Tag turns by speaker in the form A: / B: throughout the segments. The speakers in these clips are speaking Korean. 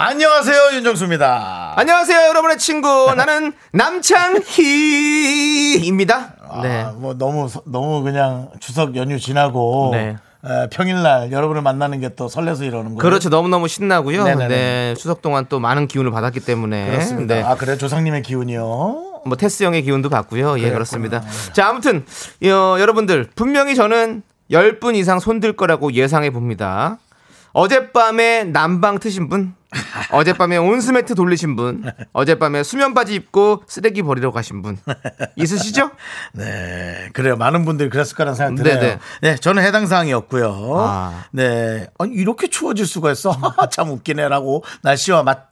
A: 안녕하세요 윤정수입니다.
B: 안녕하세요, 여러분의 친구. 나는 남창희입니다. 네.
A: 아, 뭐 너무 서- 너무 그냥 추석 연휴 지나고
B: 네.
A: 에, 평일날 여러분을 만나는 게 또 설레서 이러는 거예요.
B: 그렇죠. 너무너무 신나고요.
A: 네네네.
B: 네. 추석 동안 또 많은 기운을 받았기 때문에.
A: 그렇습니다.
B: 네.
A: 아 그래 요 조상님의 기운이요.
B: 뭐 테스 형의 기운도 받고요. 예, 그렇습니다. 자, 아무튼 어, 여러분들 분명히 저는 10분 이상 손들 거라고 예상해 봅니다. 어젯밤에 난방 트신 분, 어젯밤에 온수매트 돌리신 분, 어젯밤에 수면 바지 입고 쓰레기 버리러 가신 분 있으시죠?
A: 네, 그래요. 많은 분들이 그랬을 거라는 생각 드네요.
B: 네네.
A: 네, 저는 해당 사항이었고요.
B: 아.
A: 네, 음. 아니 이렇게 추워질 수가 있어. 참 웃기네라고 날씨와 맞.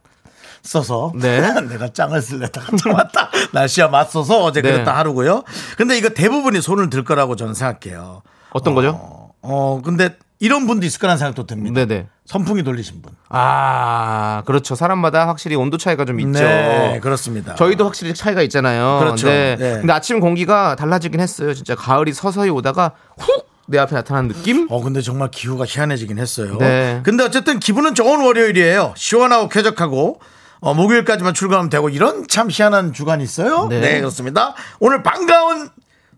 A: 써서
B: 네.
A: 내가 짱을 쓸래다가 맞다 날씨와 맞서서 어제
B: 네.
A: 그랬다 하루고요. 근데 이거 대부분이 손을 들 거라고 저는 생각해요.
B: 어떤 거죠?
A: 어 근데 이런 분도 있을 거라는 생각도 듭니다.
B: 네네.
A: 선풍기 돌리신 분.
B: 아, 그렇죠. 사람마다 확실히 온도 차이가 좀 있죠.
A: 네, 그렇습니다.
B: 저희도 확실히 차이가 있잖아요.
A: 그렇죠.
B: 네.
A: 네.
B: 근데 아침 공기가 달라지긴 했어요. 진짜 가을이 서서히 오다가 훅 내 앞에 나타나는 느낌?
A: 어 근데 정말 기후가 희한해지긴 했어요.
B: 네.
A: 근데 어쨌든 기분은 좋은 월요일이에요. 시원하고 쾌적하고 어, 목요일까지만 출근하면 되고 이런 참 희한한 주간이 있어요. 네,
B: 네.
A: 그렇습니다. 오늘 반가운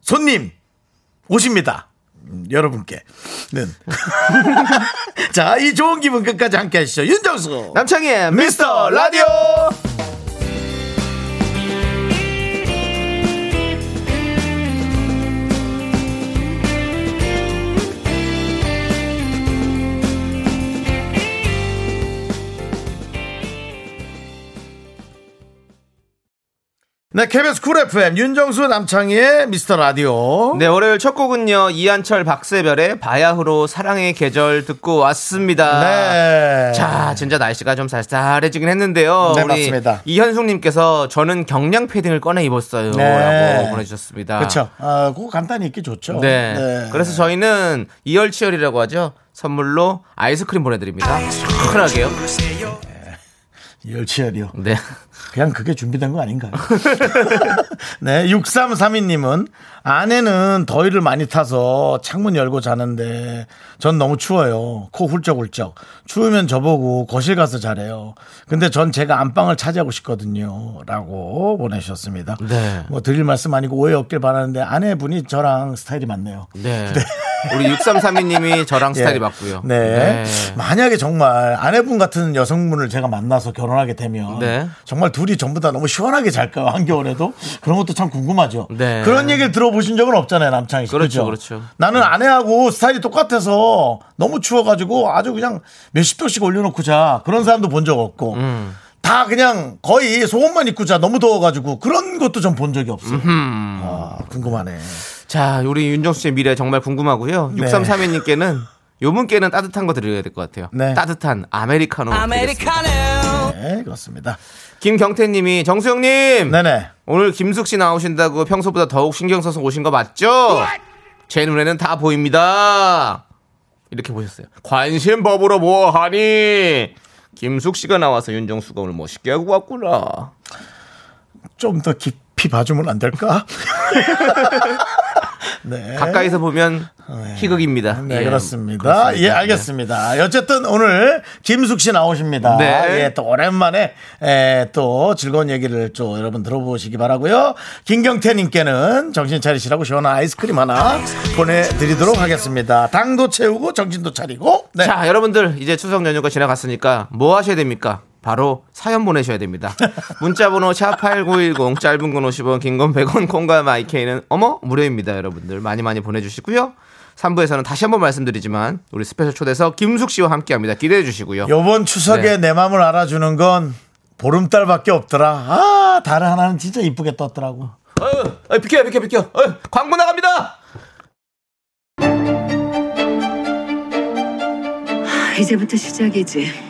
A: 손님 오십니다. 음, 여러분께는 자 이 좋은 기분 끝까지 함께 하시죠. 윤정수
B: 남창희의 미스터 라디오!
A: 네, KBS 쿨 FM 윤정수 남창희의 미스터 라디오.
B: 네, 월요일 첫 곡은요, 이한철 박세별의 바야흐로 사랑의 계절 듣고 왔습니다.
A: 네.
B: 자, 진짜 날씨가 좀 쌀쌀해지긴 했는데요.
A: 네,
B: 우리
A: 맞습니다.
B: 이현숙님께서 저는 경량 패딩을 꺼내 입었어요.
A: 네.
B: 라고 보내주셨습니다.
A: 그렇죠. 아, 그거 간단히 있기 좋죠.
B: 네. 그래서 저희는 이열치열이라고 하죠. 선물로 아이스크림 보내드립니다. 시원하게요.
A: 열치열이요.
B: 네.
A: 그냥 그게 준비된 거 아닌가요? 네, 6332님은 아내는 더위를 많이 타서 창문 열고 자는데 전 너무 추워요. 코 훌쩍훌쩍. 추우면 저보고 거실 가서 자래요. 근데 전 제가 안방을 차지하고 싶거든요. 라고 보내주셨습니다.
B: 네.
A: 뭐 드릴 말씀 아니고 오해 없길 바라는데 아내분이 저랑 스타일이 맞네요.
B: 네. 우리 6332님이 저랑 스타일이
A: 예.
B: 맞고요.
A: 네. 만약에 정말 아내분 같은 여성분을 제가 만나서 결혼하게 되면
B: 네.
A: 정말 둘이 전부 다 너무 시원하게 잘까요? 한겨울에도? 그런 것도 참 궁금하죠.
B: 네.
A: 그런 얘기를 들어보신 적은 없잖아요, 남창희 씨. 그죠?
B: 그렇죠, 그렇죠.
A: 나는 아내하고 스타일이 똑같아서 너무 추워가지고 아주 그냥 몇십 도씩 올려놓고 자. 그런 사람도 본 적 없고.
B: 음.
A: 다 그냥 거의 속옷만 입고 자. 너무 더워가지고 그런 것도 전 본 적이 없어요. 아, 궁금하네.
B: 자, 우리 윤정수 씨의 미래 정말 궁금하고요.
A: 네.
B: 6332님께는 요 분께는 따뜻한 거 드려야 될 것 같아요.
A: 네.
B: 따뜻한 아메리카노. 드리겠습니다.
A: 네, 그렇습니다.
B: 김경태님이 정수영님
A: 네네.
B: 오늘 김숙 씨 나오신다고 평소보다 더욱 신경 써서 오신 거 맞죠? 제 눈에는 다 보입니다. 이렇게 보셨어요. 관심법으로 뭐 뭐하니? 김숙 씨가 나와서 윤정수가 오늘 멋있게 하고 왔구나.
A: 좀 더 깊이 봐주면 안 될까? 네.
B: 가까이서 보면 희극입니다.
A: 네,
B: 예,
A: 그렇습니다. 예, 알겠습니다. 어쨌든 오늘 김숙 씨 나오십니다.
B: 네.
A: 예, 또 오랜만에 에, 또 즐거운 얘기를 또 여러분 들어보시기 바라고요. 김경태님께는 정신 차리시라고 시원한 아이스크림 하나 보내드리도록 하겠습니다. 당도 채우고 정신도 차리고. 네.
B: 네. 자, 여러분들 이제 추석 연휴가 지나갔으니까 뭐 하셔야 됩니까? 바로 사연 보내셔야 됩니다. 문자번호 샵8910 짧은 건 50원, 긴 건 100원, 콩과 마이케이는 어머 무료입니다, 여러분들 많이 많이 보내주시고요. 3부에서는 다시 한번 말씀드리지만 우리 스페셜 초대석 김숙 씨와 함께합니다. 기대해 주시고요.
A: 요번 추석에
B: 네.
A: 내 마음을 알아주는 건 보름달밖에 없더라. 아, 달 하나는 진짜 이쁘게 떴더라고.
B: 어, 비켜, 비켜, 비켜. 어, 광고 나갑니다.
C: 이제부터 시작이지.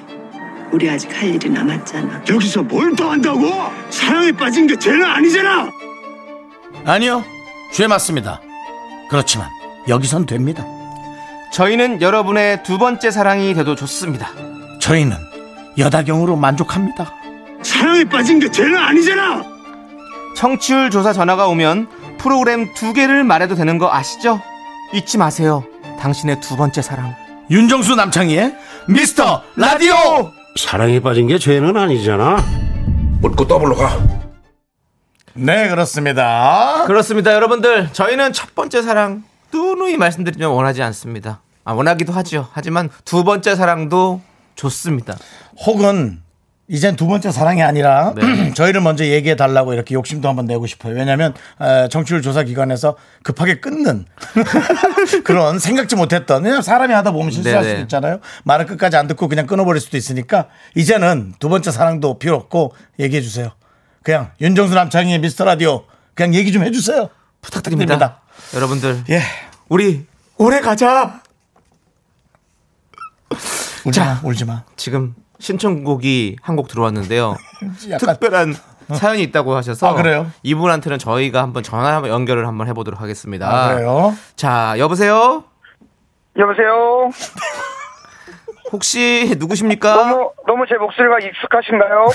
C: 우리 아직 할 일이 남았잖아.
D: 여기서 뭘 더 한다고? 사랑에 빠진 게 죄는 아니잖아.
A: 아니요. 죄 맞습니다. 그렇지만 여기선 됩니다.
B: 저희는 여러분의 두 번째 사랑이 돼도 좋습니다.
A: 저희는 여다경으로 만족합니다.
D: 사랑에 빠진 게 죄는 아니잖아.
B: 청취율 조사 전화가 오면 프로그램 두 개를 말해도 되는 거 아시죠? 잊지 마세요. 당신의 두 번째 사랑.
A: 윤정수 남창희의 미스터 라디오!
E: 사랑에 빠진 게 죄는 아니잖아.
A: 네, 그렇습니다.
B: 그렇습니다, 여러분들. 저희는 첫 번째 사랑 누누이 말씀드리면 원하지 않습니다. 아, 원하기도 하죠. 하지만 두 번째 사랑도 좋습니다.
A: 혹은 이젠 두 번째 사랑이 아니라
B: 네.
A: 저희를 먼저 얘기해 달라고 이렇게 욕심도 한번 내고 싶어요. 왜냐하면 정치율 조사 기관에서 급하게 끊는 그런 생각지 못했던 왜냐면 사람이 하다 보면 실수할
B: 네네.
A: 수도 있잖아요. 말을 끝까지 안 듣고 그냥 끊어버릴 수도 있으니까 이제는 두 번째 사랑도 필요 없고 얘기해 주세요. 그냥 윤정수 남창희의 미스터 라디오 그냥 얘기 좀 해주세요.
B: 부탁드립니다.
A: 부탁드립니다.
B: 여러분들.
A: 예.
B: 우리 오래 가자.
A: 울지
B: 자.
A: 마, 울지 마.
B: 지금 신청곡이 한 곡 들어왔는데요.
A: 약간 어.
B: 특별한 사연이 있다고 하셔서
A: 아, 그래요?
B: 이분한테는 저희가 한번 전화 한번 연결을 한번 해보도록 하겠습니다.
A: 아, 그래요.
B: 자, 여보세요.
F: 여보세요.
B: 혹시 누구십니까?
F: 너무 너무 제 목소리가 익숙하신가요?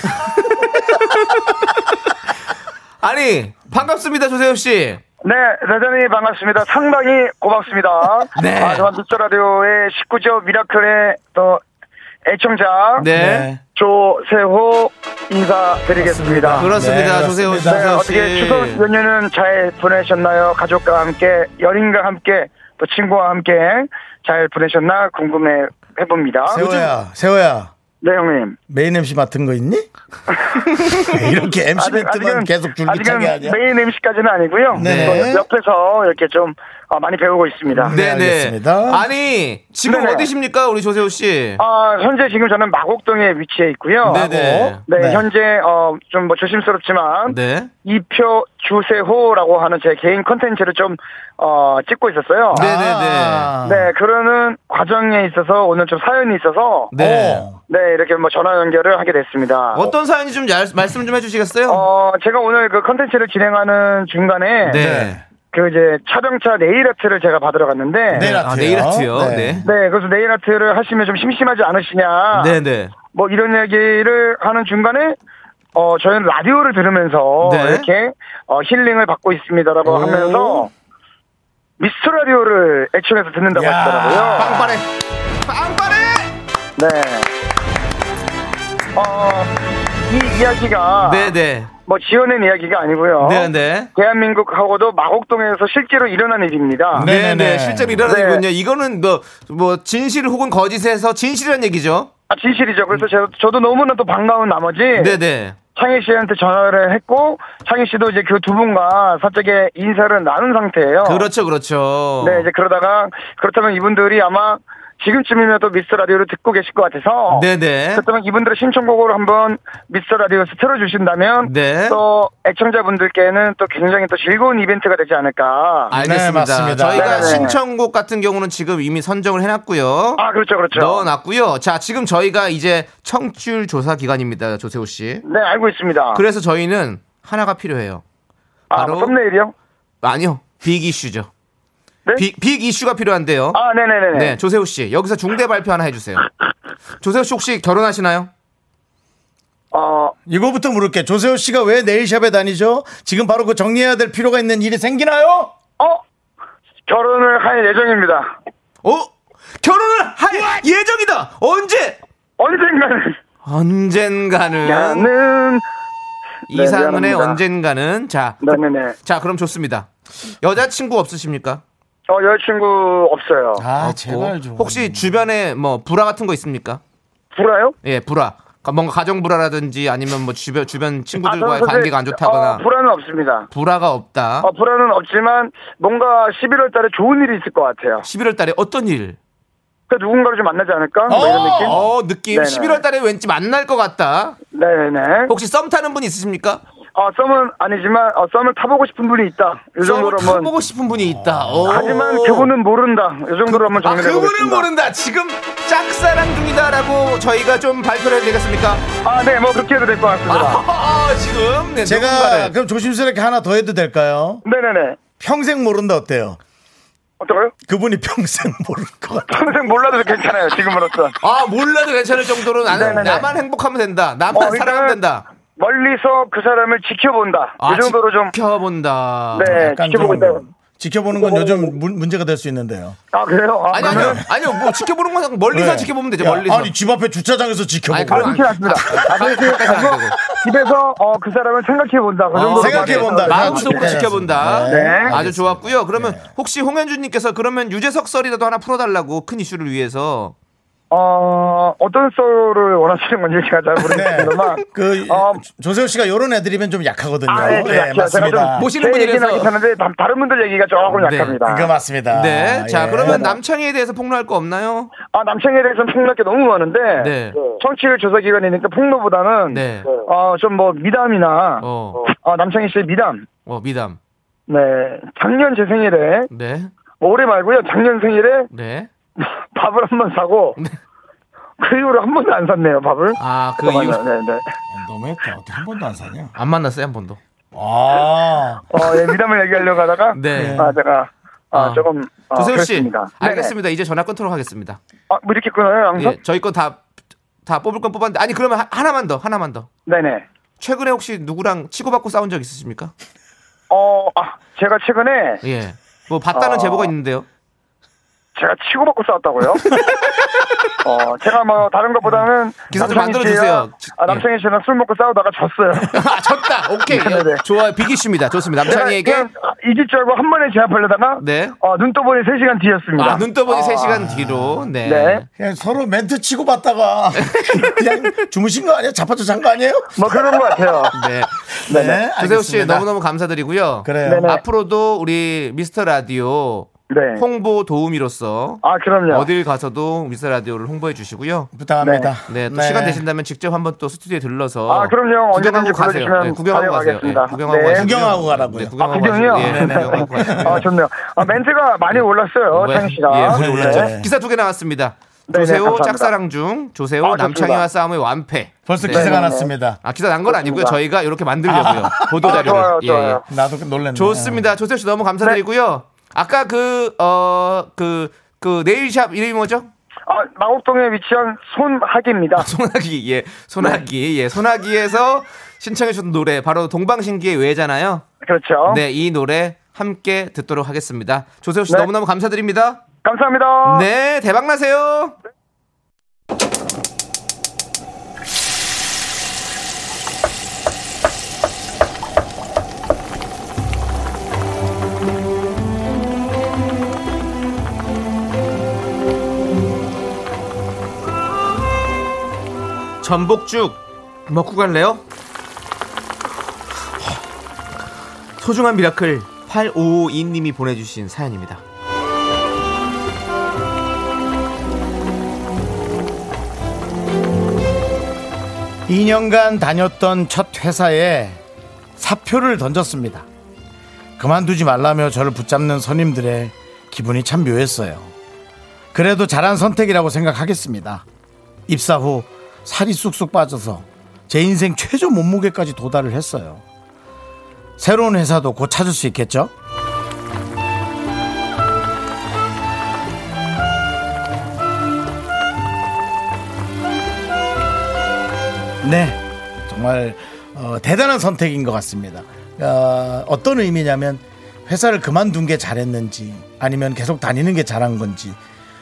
B: 아니 반갑습니다, 조세호 씨.
F: 네, 대단히 반갑습니다. 상당히 고맙습니다.
B: 네.
F: 아, 저는 미스터 라디오의 19조 미라클의 또 애청자
B: 네,
F: 조세호 인사드리겠습니다.
B: 그렇습니다,
A: 네,
B: 조세호 씨.
A: 그렇습니다.
F: 네,
B: 조세호
F: 어떻게
B: 씨.
F: 추석 연휴는 잘 보내셨나요? 가족과 함께, 연인과 함께, 또 친구와 함께 잘 보내셨나 궁금해 해봅니다.
B: 아.
A: 세호야, 세호야.
F: 네, 형님.
A: 메인 MC 맡은 거 있니? 네, 이렇게 MC
F: 아직-
A: 밑에만
F: 아직은-
A: 계속 줄기차게
F: 아직은
A: 하냐?
F: 메인 MC까지는 아니고요.
A: 네.
F: 또 옆에서 이렇게 좀 어, 많이 배우고 있습니다.
A: 네, 알겠습니다.
B: 아니 지금
F: 네네.
B: 어디십니까, 우리 조세호 씨?
F: 아, 현재 지금 저는 마곡동에 위치해 있고요.
B: 네네.
F: 네,
A: 네.
F: 현재 어, 좀 뭐 조심스럽지만
B: 네.
F: 이표 주세호라고 하는 제 개인 컨텐츠를 좀 어, 찍고 있었어요.
B: 네.
F: 네, 그러는 과정에 있어서 오늘 좀 사연이 있어서
B: 네.
A: 어.
F: 네, 이렇게 뭐 전화 연결을 하게 됐습니다.
B: 어떤 사연이 좀 얄- 말씀 좀 해주시겠어요?
F: 어, 제가 오늘 그 컨텐츠를 진행하는 중간에
B: 네.
F: 그 이제 차병차 네일 아트를 제가 받으러 갔는데
A: 네일 아트요.
B: 아, 네일 아트요. 네.
F: 네, 그래서 네일 아트를 하시면 좀 심심하지 않으시냐.
B: 네, 네.
F: 뭐 이런 얘기를 하는 중간에 어 저희는 라디오를 들으면서
B: 네.
F: 이렇게 어, 힐링을 받고 있습니다라고
A: 오.
F: 하면서 미스터 라디오를 애청해서 듣는다고
A: 야.
F: 하시더라고요.
B: 빵빠레. 빵빠레.
F: 네. 어, 이 이야기가
B: 네, 네.
F: 뭐 지어낸 이야기가 아니고요.
B: 네, 네.
F: 대한민국하고도 마곡동에서 실제로 일어난 일입니다.
A: 네,
B: 네네
A: 네.
B: 실제로 일어나는
F: 네.
B: 거군요. 이거는 뭐 뭐 진실 혹은 거짓에서 진실이란 얘기죠.
F: 아, 진실이죠. 그래서 제, 저도 너무나도 반가운 나머지
B: 네네
F: 창희 씨한테 전화를 했고 창희 씨도 이제 그 두 분과 사적의 인사를 나눈 상태예요.
B: 그렇죠 그렇죠.
F: 어. 네, 이제 그러다가 그렇다면 이분들이 아마 지금쯤이면 또 미스터 라디오를 듣고 계실 것 같아서
B: 네네
F: 그렇다면 이분들의 신청곡으로 한번 미스터 라디오에서 틀어주신다면
B: 네.
F: 또 애청자분들께는 또 굉장히 또 즐거운 이벤트가 되지 않을까.
A: 네,
B: 알겠습니다.
A: 맞습니다.
B: 저희가
F: 네네.
B: 신청곡 같은 경우는 지금 이미 선정을 해놨고요.
F: 아, 그렇죠, 그렇죠.
B: 넣어놨고요. 자 지금 저희가 이제 청취율 조사 기간입니다, 조세호 씨.
F: 네, 알고 있습니다.
B: 그래서 저희는 하나가 필요해요.
F: 아,
B: 바로-
F: 뭐 썸네일이요?
B: 아니요 빅 이슈죠.
F: 네?
B: 빅, 빅 이슈가 필요한데요.
F: 아, 네네네네.
B: 네 조세호 씨 여기서 중대 발표 하나 해주세요. 조세호 씨 혹시 결혼하시나요?
F: 어,
A: 이거부터 물을게. 조세호 씨가 왜 네일샵에 다니죠? 지금 바로 그 정리해야 될 필요가 있는 일이 생기나요?
F: 어? 결혼을 할 예정입니다.
B: 어? 결혼을 할 예정이다. 언제?
F: 언젠가는.
B: 언젠가는
F: 나는.
B: 이상은의
F: 네, 미안합니다.
B: 언젠가는 자.
F: 네네네.
B: 자, 그럼 좋습니다. 여자친구 없으십니까?
F: 어, 여자친구 없어요.
A: 아,
B: 없고.
A: 제발 좀.
B: 혹시 주변에 뭐 불화 같은 거 있습니까?
F: 불화요?
B: 예, 불화. 그러니까 뭔가 가정 불화라든지 아니면 뭐 주변 주변
F: 아, 저는
B: 친구들과의
F: 사실,
B: 관계가 안 좋다거나 아?
F: 어, 불화는 없습니다.
B: 불화가 없다.
F: 어, 불화는 없지만 뭔가 11월 달에 좋은 일이 있을 것 같아요.
B: 11월 달에 어떤 일?
F: 그러니까 누군가를 좀 만나지 않을까? 뭐 이런 느낌?
B: 어, 느낌.
F: 네네.
B: 11월 달에 왠지 만날 것 같다.
F: 네네네.
B: 혹시 썸 타는 분 있으십니까?
F: 어, 썸은 아니지만 어, 썸을 타보고 싶은 분이 있다. 이그 정도로
B: 썸을
F: 한번.
B: 타보고 싶은 분이 있다. 오.
F: 하지만 그분은 모른다. 이 정도로 한번
B: 아,
F: 정리해
B: 그분은
F: 보겠습니다.
B: 모른다. 지금 짝사랑 중이다라고 저희가 좀 발표를 해도 되겠습니까?
F: 아, 네, 뭐 그렇게 해도 될 것 같습니다.
B: 아, 지금 네,
A: 제가
B: 누군가를.
A: 그럼 조심스럽게 하나 더 해도 될까요?
F: 네네네.
A: 평생 모른다 어때요?
F: 어떡해요?
A: 그분이 평생 모를 것 같아요.
F: 평생 몰라도 괜찮아요. 지금으로서.
B: 아 몰라도 괜찮을 정도로 나는
F: 네네네. 어,
B: 나만 행복하면 된다. 나만
F: 일단은
B: 사랑하면 된다.
F: 멀리서 그 사람을 지켜본다.
B: 아,
F: 이 정도로 좀.
B: 지켜본다.
F: 네,
A: 약간
F: 지켜보고 있다.
A: 좀 지켜보는 건 요즘 문, 문제가 될 수 있는데요.
F: 아, 그래요? 아,
B: 아니 아니요 아니요 뭐 지켜보는 건 멀리서
A: 네.
B: 지켜보면 되죠
A: 야,
B: 멀리서.
A: 아니 집 앞에 주차장에서 지켜보고 네.
B: 아니, 그럼 안
F: 그렇지 않습니다. 아, 그렇지
B: 가까이서 안 되고. 어, 네.
F: 않고 집에서 어, 그 사람을 생각해본다. 그 정도로.
A: 아, 생각해본다.
B: 마음속으로
A: 네,
B: 지켜본다.
A: 네,
B: 아주 좋았고요. 그러면 혹시 홍현주님께서 그러면 유재석 썰이라도 하나 풀어달라고 큰 이슈를 위해서.
F: 어, 어떤 소를 원하시는 건지 제가 잘 모르겠습니다만.
B: 네.
A: 그
F: 어,
A: 조세호 씨가 요런 애들이면 좀 약하거든요.
F: 아, 네, 좀
A: 예,
F: 약해요. 제가
A: 맞습니다.
F: 좀
B: 모시- 모시는
F: 제 얘기는
B: 분이라서.
F: 괜찮은데 다- 다른 분들 얘기가 조금
B: 네,
F: 약합니다.
A: 그거 맞습니다.
B: 네. 자
A: 예.
B: 그러면 남창희에 대해서 폭로할 거 없나요?
F: 아, 남창에 대해서는 폭로할 게 너무 많은데
B: 네.
F: 청취율 조사 기관이니까 폭로보다는
B: 네.
F: 어, 좀 뭐 미담이나
B: 어,
F: 어, 남창희 씨의 미담.
B: 어 미담.
F: 네, 작년 제 생일에
B: 네,
F: 뭐 올해 말고요. 작년 생일에
B: 네.
F: 밥을 한 번 사고 그 이후로 한 번도 안 샀네요. 밥을.
B: 아, 네. 그
F: 잠깐만요.
B: 이후-
F: 네, 네.
A: 너무했다. 어떻게 한 번도 안 사냐?
B: 안 만났어요 한 번도.
A: 아,
F: 어, 예, 미담을 얘기하려고 하다가
B: 네.
F: 아, 제가 아,
B: 아.
F: 조금 아,
B: 조세호 씨,
F: 그렇습니다. 네네.
B: 알겠습니다. 이제 전화 끊도록 하겠습니다.
F: 아, 뭐 이렇게 끊어요, 항상?
B: 예, 저희 거 다 다 뽑을 건 뽑았는데 아니 그러면 하, 하나만 더 하나만 더.
F: 네네.
B: 최근에 혹시 누구랑 치고받고 싸운 적 있으십니까?
F: 어, 아, 제가 최근에
B: 예. 뭐 봤다는
F: 아.
B: 제보가 있는데요.
F: 제가 치고받고 싸웠다고요? 어, 제가 뭐 다른 것보다는
B: 음. 기사 좀
F: 남창희
B: 만들어주세요. 예.
F: 씨와- 아, 남창희 씨랑 술 먹고 싸우다가 졌어요.
B: 아, 졌다. 오케이.
F: 네, 네.
B: 좋아요. 비기십니다. 좋습니다.
F: 제가
B: 남창희에게
F: 그냥 이길 줄 알고 한 번에 제압하려다가
B: 네.
F: 어, 눈 떠보니 3시간 뒤였습니다.
B: 아, 눈 떠보니 3시간 뒤로. 네.
F: 네.
A: 그냥 서로 멘트 치고 받다가 그냥 주무신 거 아니에요? 자빠져 잔거 아니에요?
F: 뭐 그런 것 같아요.
B: 네.
A: 네.
B: 조세호 씨
A: 알겠습니다.
B: 너무너무 감사드리고요.
A: 그래요.
F: 네네.
B: 앞으로도 우리 미스터 라디오
F: 네.
B: 홍보 도우미로서
F: 아, 그럼요.
B: 어딜 가서도 미스터 라디오를 홍보해 주시고요.
A: 부탁합니다.
B: 네, 또 시간 되신다면 직접 한번 또 스튜디오에 들러서
F: 아, 그럼요.
B: 구경하고
F: 언제든지
B: 가세요. 네,
F: 불러주시면
B: 구경하고 가세요.
F: 다녀가겠습니다.
B: 구경하고
F: 네.
B: 가시고요.
A: 구경하고 가라고요.
B: 네, 구경하고
F: 아, 구경이요?
B: 가시고요. 예, 네, 구경하고 가시고요.
F: 아, 좋네요. 아, 멘트가 많이 올랐어요,
B: 왜?
F: 창희 씨가.
B: 예, 많이
A: 네.
B: 올랐죠.
A: 네.
B: 기사 두 개 나왔습니다.
F: 네네,
B: 조세호
F: 감사합니다.
B: 짝사랑 중 조세호
F: 아, 좋습니다.
B: 남창희와 싸움의 완패.
A: 벌써
B: 네.
A: 기사가
F: 네.
A: 났습니다.
B: 아 기사 난 건 아니고요.
F: 좋습니다.
B: 저희가 이렇게 만들려고요. 보도
F: 아,
B: 자료를. 예,
F: 좋아요, 좋아요.
A: 나도 놀랐네.
B: 좋습니다. 조세호 씨 너무 감사드리고요.
F: 네.
B: 아까 그 어, 그, 그 네일샵 이름이 뭐죠?
F: 아, 마곡동에 위치한 손학입니다.
B: 소나기 예
F: 네.
B: 소나기 예 소나기에서 신청해 주신 노래 바로 동방신기의 외잖아요.
F: 그렇죠.
B: 네 이 노래 함께 듣도록 하겠습니다. 조세호 씨
F: 네.
B: 너무너무 감사드립니다.
F: 감사합니다.
B: 네 대박 나세요. 전복죽 먹고 갈래요? 소중한 미라클 8552님이 보내주신 사연입니다.
A: 네. 2년간 다녔던 첫 회사에 사표를 던졌습니다. 그만두지 말라며 저를 붙잡는 선임들의 기분이 참 묘했어요. 그래도 잘한 선택이라고 생각하겠습니다. 입사 후 살이 쑥쑥 빠져서 제 인생 최저 몸무게까지 도달을 했어요. 새로운 회사도 곧 찾을 수 있겠죠? 네, 정말 어, 대단한 선택인 것 같습니다. 어, 떤 의미냐면 회사를 그만둔 게 잘했는지 아니면 계속 다니는 게 잘한 건지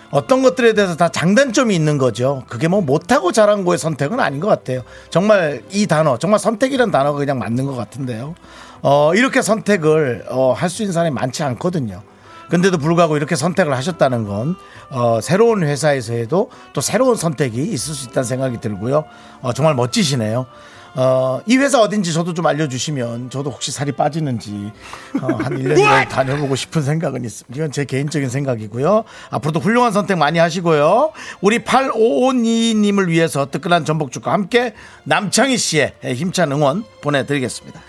A: 어떤 것들에 대해서 다 장단점이 있는 거죠. 그게 뭐 못하고 잘한 거의 선택은 아닌 것 같아요. 정말 이 단어, 정말 선택이라는 단어가 그냥 맞는 것 같은데요. 어, 이렇게 선택을 어, 할 수 있는 사람이 많지 않거든요. 근데도 불구하고 이렇게 선택을 하셨다는 건 어, 새로운 회사에서도 또 새로운 선택이 있을 수 있다는 생각이 들고요. 어, 정말 멋지시네요. 어, 이 회사 어딘지 저도 좀 알려주시면 저도 혹시 살이 빠지는지 어, 한 1년 정도 다녀보고 싶은 생각은 있습니다. 이건 제 개인적인 생각이고요. 앞으로도 훌륭한 선택 많이 하시고요. 우리 8552님을 위해서 뜨끈한 전복죽과 함께 남창희 씨의 힘찬 응원 보내드리겠습니다.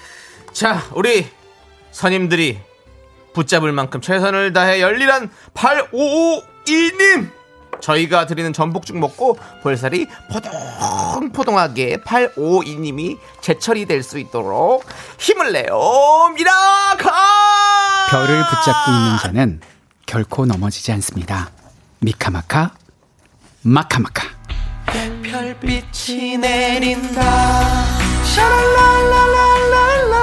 B: 자, 우리 선임들이 붙잡을 만큼 최선을 다해 열일한 8552님! 저희가 드리는 전복죽 먹고 볼살이 포동포동하게 8552님이 제철이 될 수 있도록 힘을 내요! 미라카!
G: 별을 붙잡고 있는 자는 결코 넘어지지 않습니다. 미카마카, 마카마카.
B: 별빛이 내린다. 샤랄랄랄랄랄라.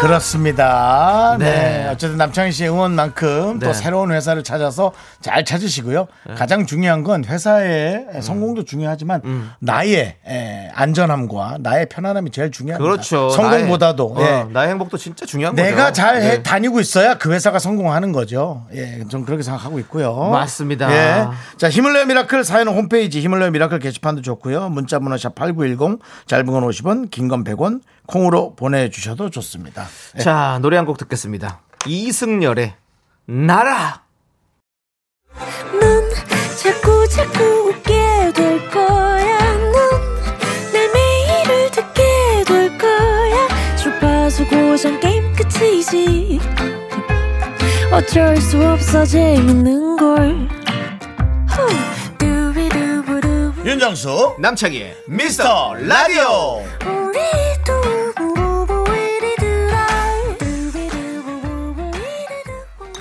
A: 그렇습니다. 네.
B: 네.
A: 어쨌든 남창희 씨의 응원만큼
B: 네.
A: 또 새로운 회사를 찾아서 잘 찾으시고요. 가장 중요한 건 회사의 성공도 중요하지만
B: 음.
A: 나의 에, 안전함과 나의 편안함이 제일 중요합니다.
B: 그렇죠.
A: 성공보다도.
B: 나의, 어,
A: 예.
B: 나의 행복도 진짜 중요한 거죠.
A: 내가 잘 해-
B: 네.
A: 다니고 있어야 그 회사가 성공하는 거죠. 예, 전 그렇게 생각하고 있고요.
B: 맞습니다.
A: 예. 자, 힘을 내요 미라클 사연은 홈페이지 힘을 내요 미라클 게시판도 좋고요. 문자 번호 샵8910 짧은 건 50원, 긴 건 100원 콩으로 보내 주셔도 좋습니다. 예.
B: 자 노래 한 곡 듣겠습니다. 이승열의 나라.
H: 넌 자꾸 자꾸 웃게 될 거야. 넌내 매일을 듣게 될 거야. 주파수 고정 게임 끝이지. 어쩔 수 없어 재밌는 걸. 후. 두비두부두부.
A: 윤정수
B: 남창희의
A: 미스터 라디오
H: 우리 두부부부 우리 두라. 두비두부부부 우리 두부.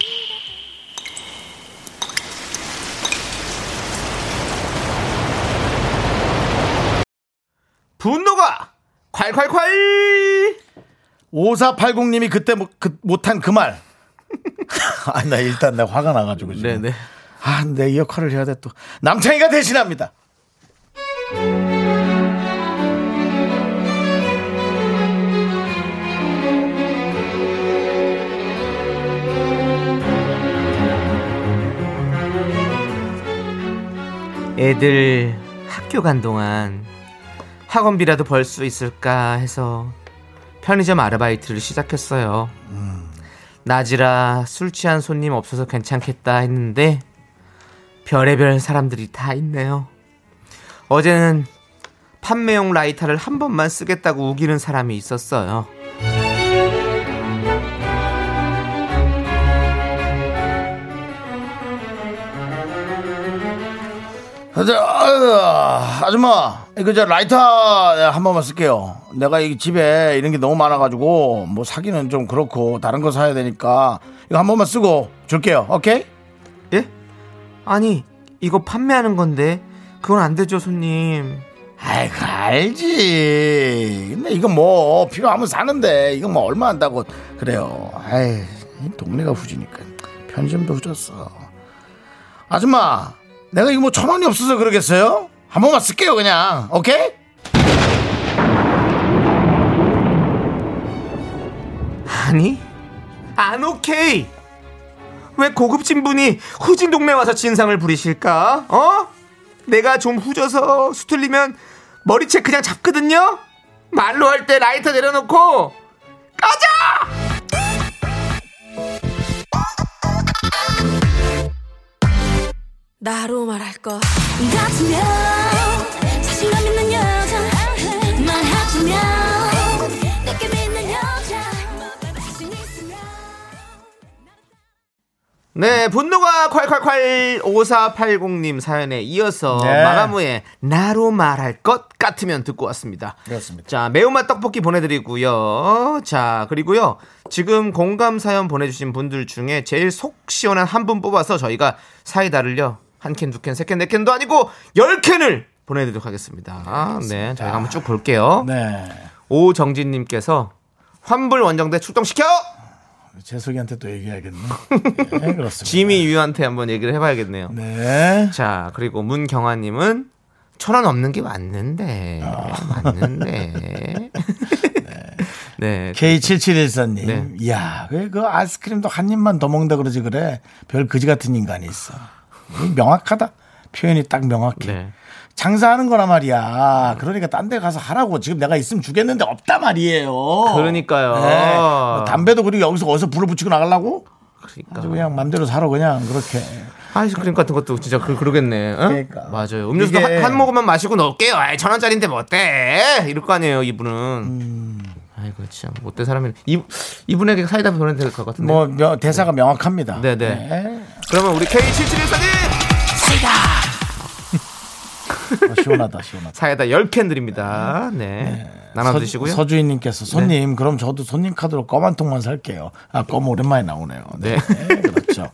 B: 분노가 콸콸콸.
A: 5480님이 그때 못- 그- 못한 그 말. 아, 나 일단 나 화가 나가지고 지금.
B: 네네.
A: 아, 내 이 역할을 해야 돼 또. 남창희가 대신합니다.
B: 애들 학교 간 동안 학원비라도 벌 수 있을까 해서 편의점 아르바이트를 시작했어요. 음. 낮이라 술 취한 손님 없어서 괜찮겠다 했는데 별의별 사람들이 다 있네요. 어제는 판매용 라이터를 한 번만 쓰겠다고 우기는 사람이 있었어요.
A: 저, 아유, 아줌마, 이거 저 라이터 한 번만 쓸게요. 내가 이 집에 이런 게 너무 많아가지고 뭐 사기는 좀 그렇고 다른 거 사야 되니까 이거 한 번만 쓰고 줄게요. 오케이?
B: 예? 아니 이거 판매하는 건데 그건 안 되죠 손님.
A: 아이, 그 알지. 근데 이거 뭐 필요하면 사는데 이거 뭐 얼마 한다고 그래요. 아이, 이 동네가 후지니까 편의점도 후졌어. 아줌마, 내가 이거 뭐 천 원이 없어서 그러겠어요? 한 번만 쓸게요, 그냥. 오케이?
B: 아니 안 오케이 왜 고급진 분이 후진 동네 와서 진상을 부리실까 어 내가 좀 후져서 수틀리면 머리채 그냥 잡거든요 말로 할 때 라이터 내려놓고 가자
H: 나로 말할 것 같으면 자신감 있는 여자 말해주면 내게 믿는 여자 자신 있으면
B: 네 분노가 콸콸콸 5480님 사연에 이어서
A: 네.
B: 마감후에 나로 말할 것 같으면 듣고 왔습니다
A: 그렇습니다.
B: 자, 매운맛 떡볶이 보내드리고요. 자, 그리고요. 지금 공감 사연 보내주신 분들 중에 제일 속 시원한 한 분 뽑아서 저희가 사이다를요. 한 캔, 두 캔, 세 캔, 네 캔도 아니고 열 캔을 보내드리도록 하겠습니다. 아, 네, 저희가 한번 쭉 볼게요.
A: 네.
B: 오정진님께서 환불 원정대 출동시켜!
A: 재석이한테 또 얘기해야겠네. 네, 그렇습니다.
B: 지미 유한테 한번 얘기를 해봐야겠네요.
A: 네.
B: 자, 그리고 문경아님은 천 원 없는 게 맞는데. 아. 맞는데. 네.
A: K7714님.
B: 네.
A: 이야, 왜 그 아이스크림도 한 입만 더 먹는다 그러지 그래. 별 그지 같은 인간이 있어. 명확하다. 표현이 딱 명확해.
B: 네.
A: 장사하는 거라 말이야. 그러니까 딴 데 가서 하라고. 지금 내가 있으면 주겠는데 없다 말이에요.
B: 그러니까요.
A: 어. 네. 뭐 담배도 그리고 여기서 어디서 불을 붙이고 나가려고? 아주
B: 그러니까.
A: 그냥 맘대로 살아 그냥 그렇게.
B: 아이스크림 같은 것도 진짜 그, 그러겠네. 응?
A: 그러니까.
B: 맞아요. 음료수도
A: 이게- 음.
B: 한, 한 모금만 마시고 넣을게요. 아이, 천 원짜리인데 뭐 어때? 이럴 거 아니에요, 이분은. 아이, 아이고 참 못된 사람이 이 이분에게 사이다 보내도 될 것 같은데.
A: 뭐 명- 대사가 명확합니다.
B: 네, 네.
A: 네.
B: 그러면 우리 K 7 7 1 4님
A: 어, 시원하다, 시원하다.
B: 사이다 10캔 드립니다. 네. 나눠 드시고요. 네.
A: 서, 주인님께서 손님 그럼 저도 손님 카드로 껌 한 통만 살게요. 아 껌 오랜만에 나오네요. 네, 네, 그렇죠.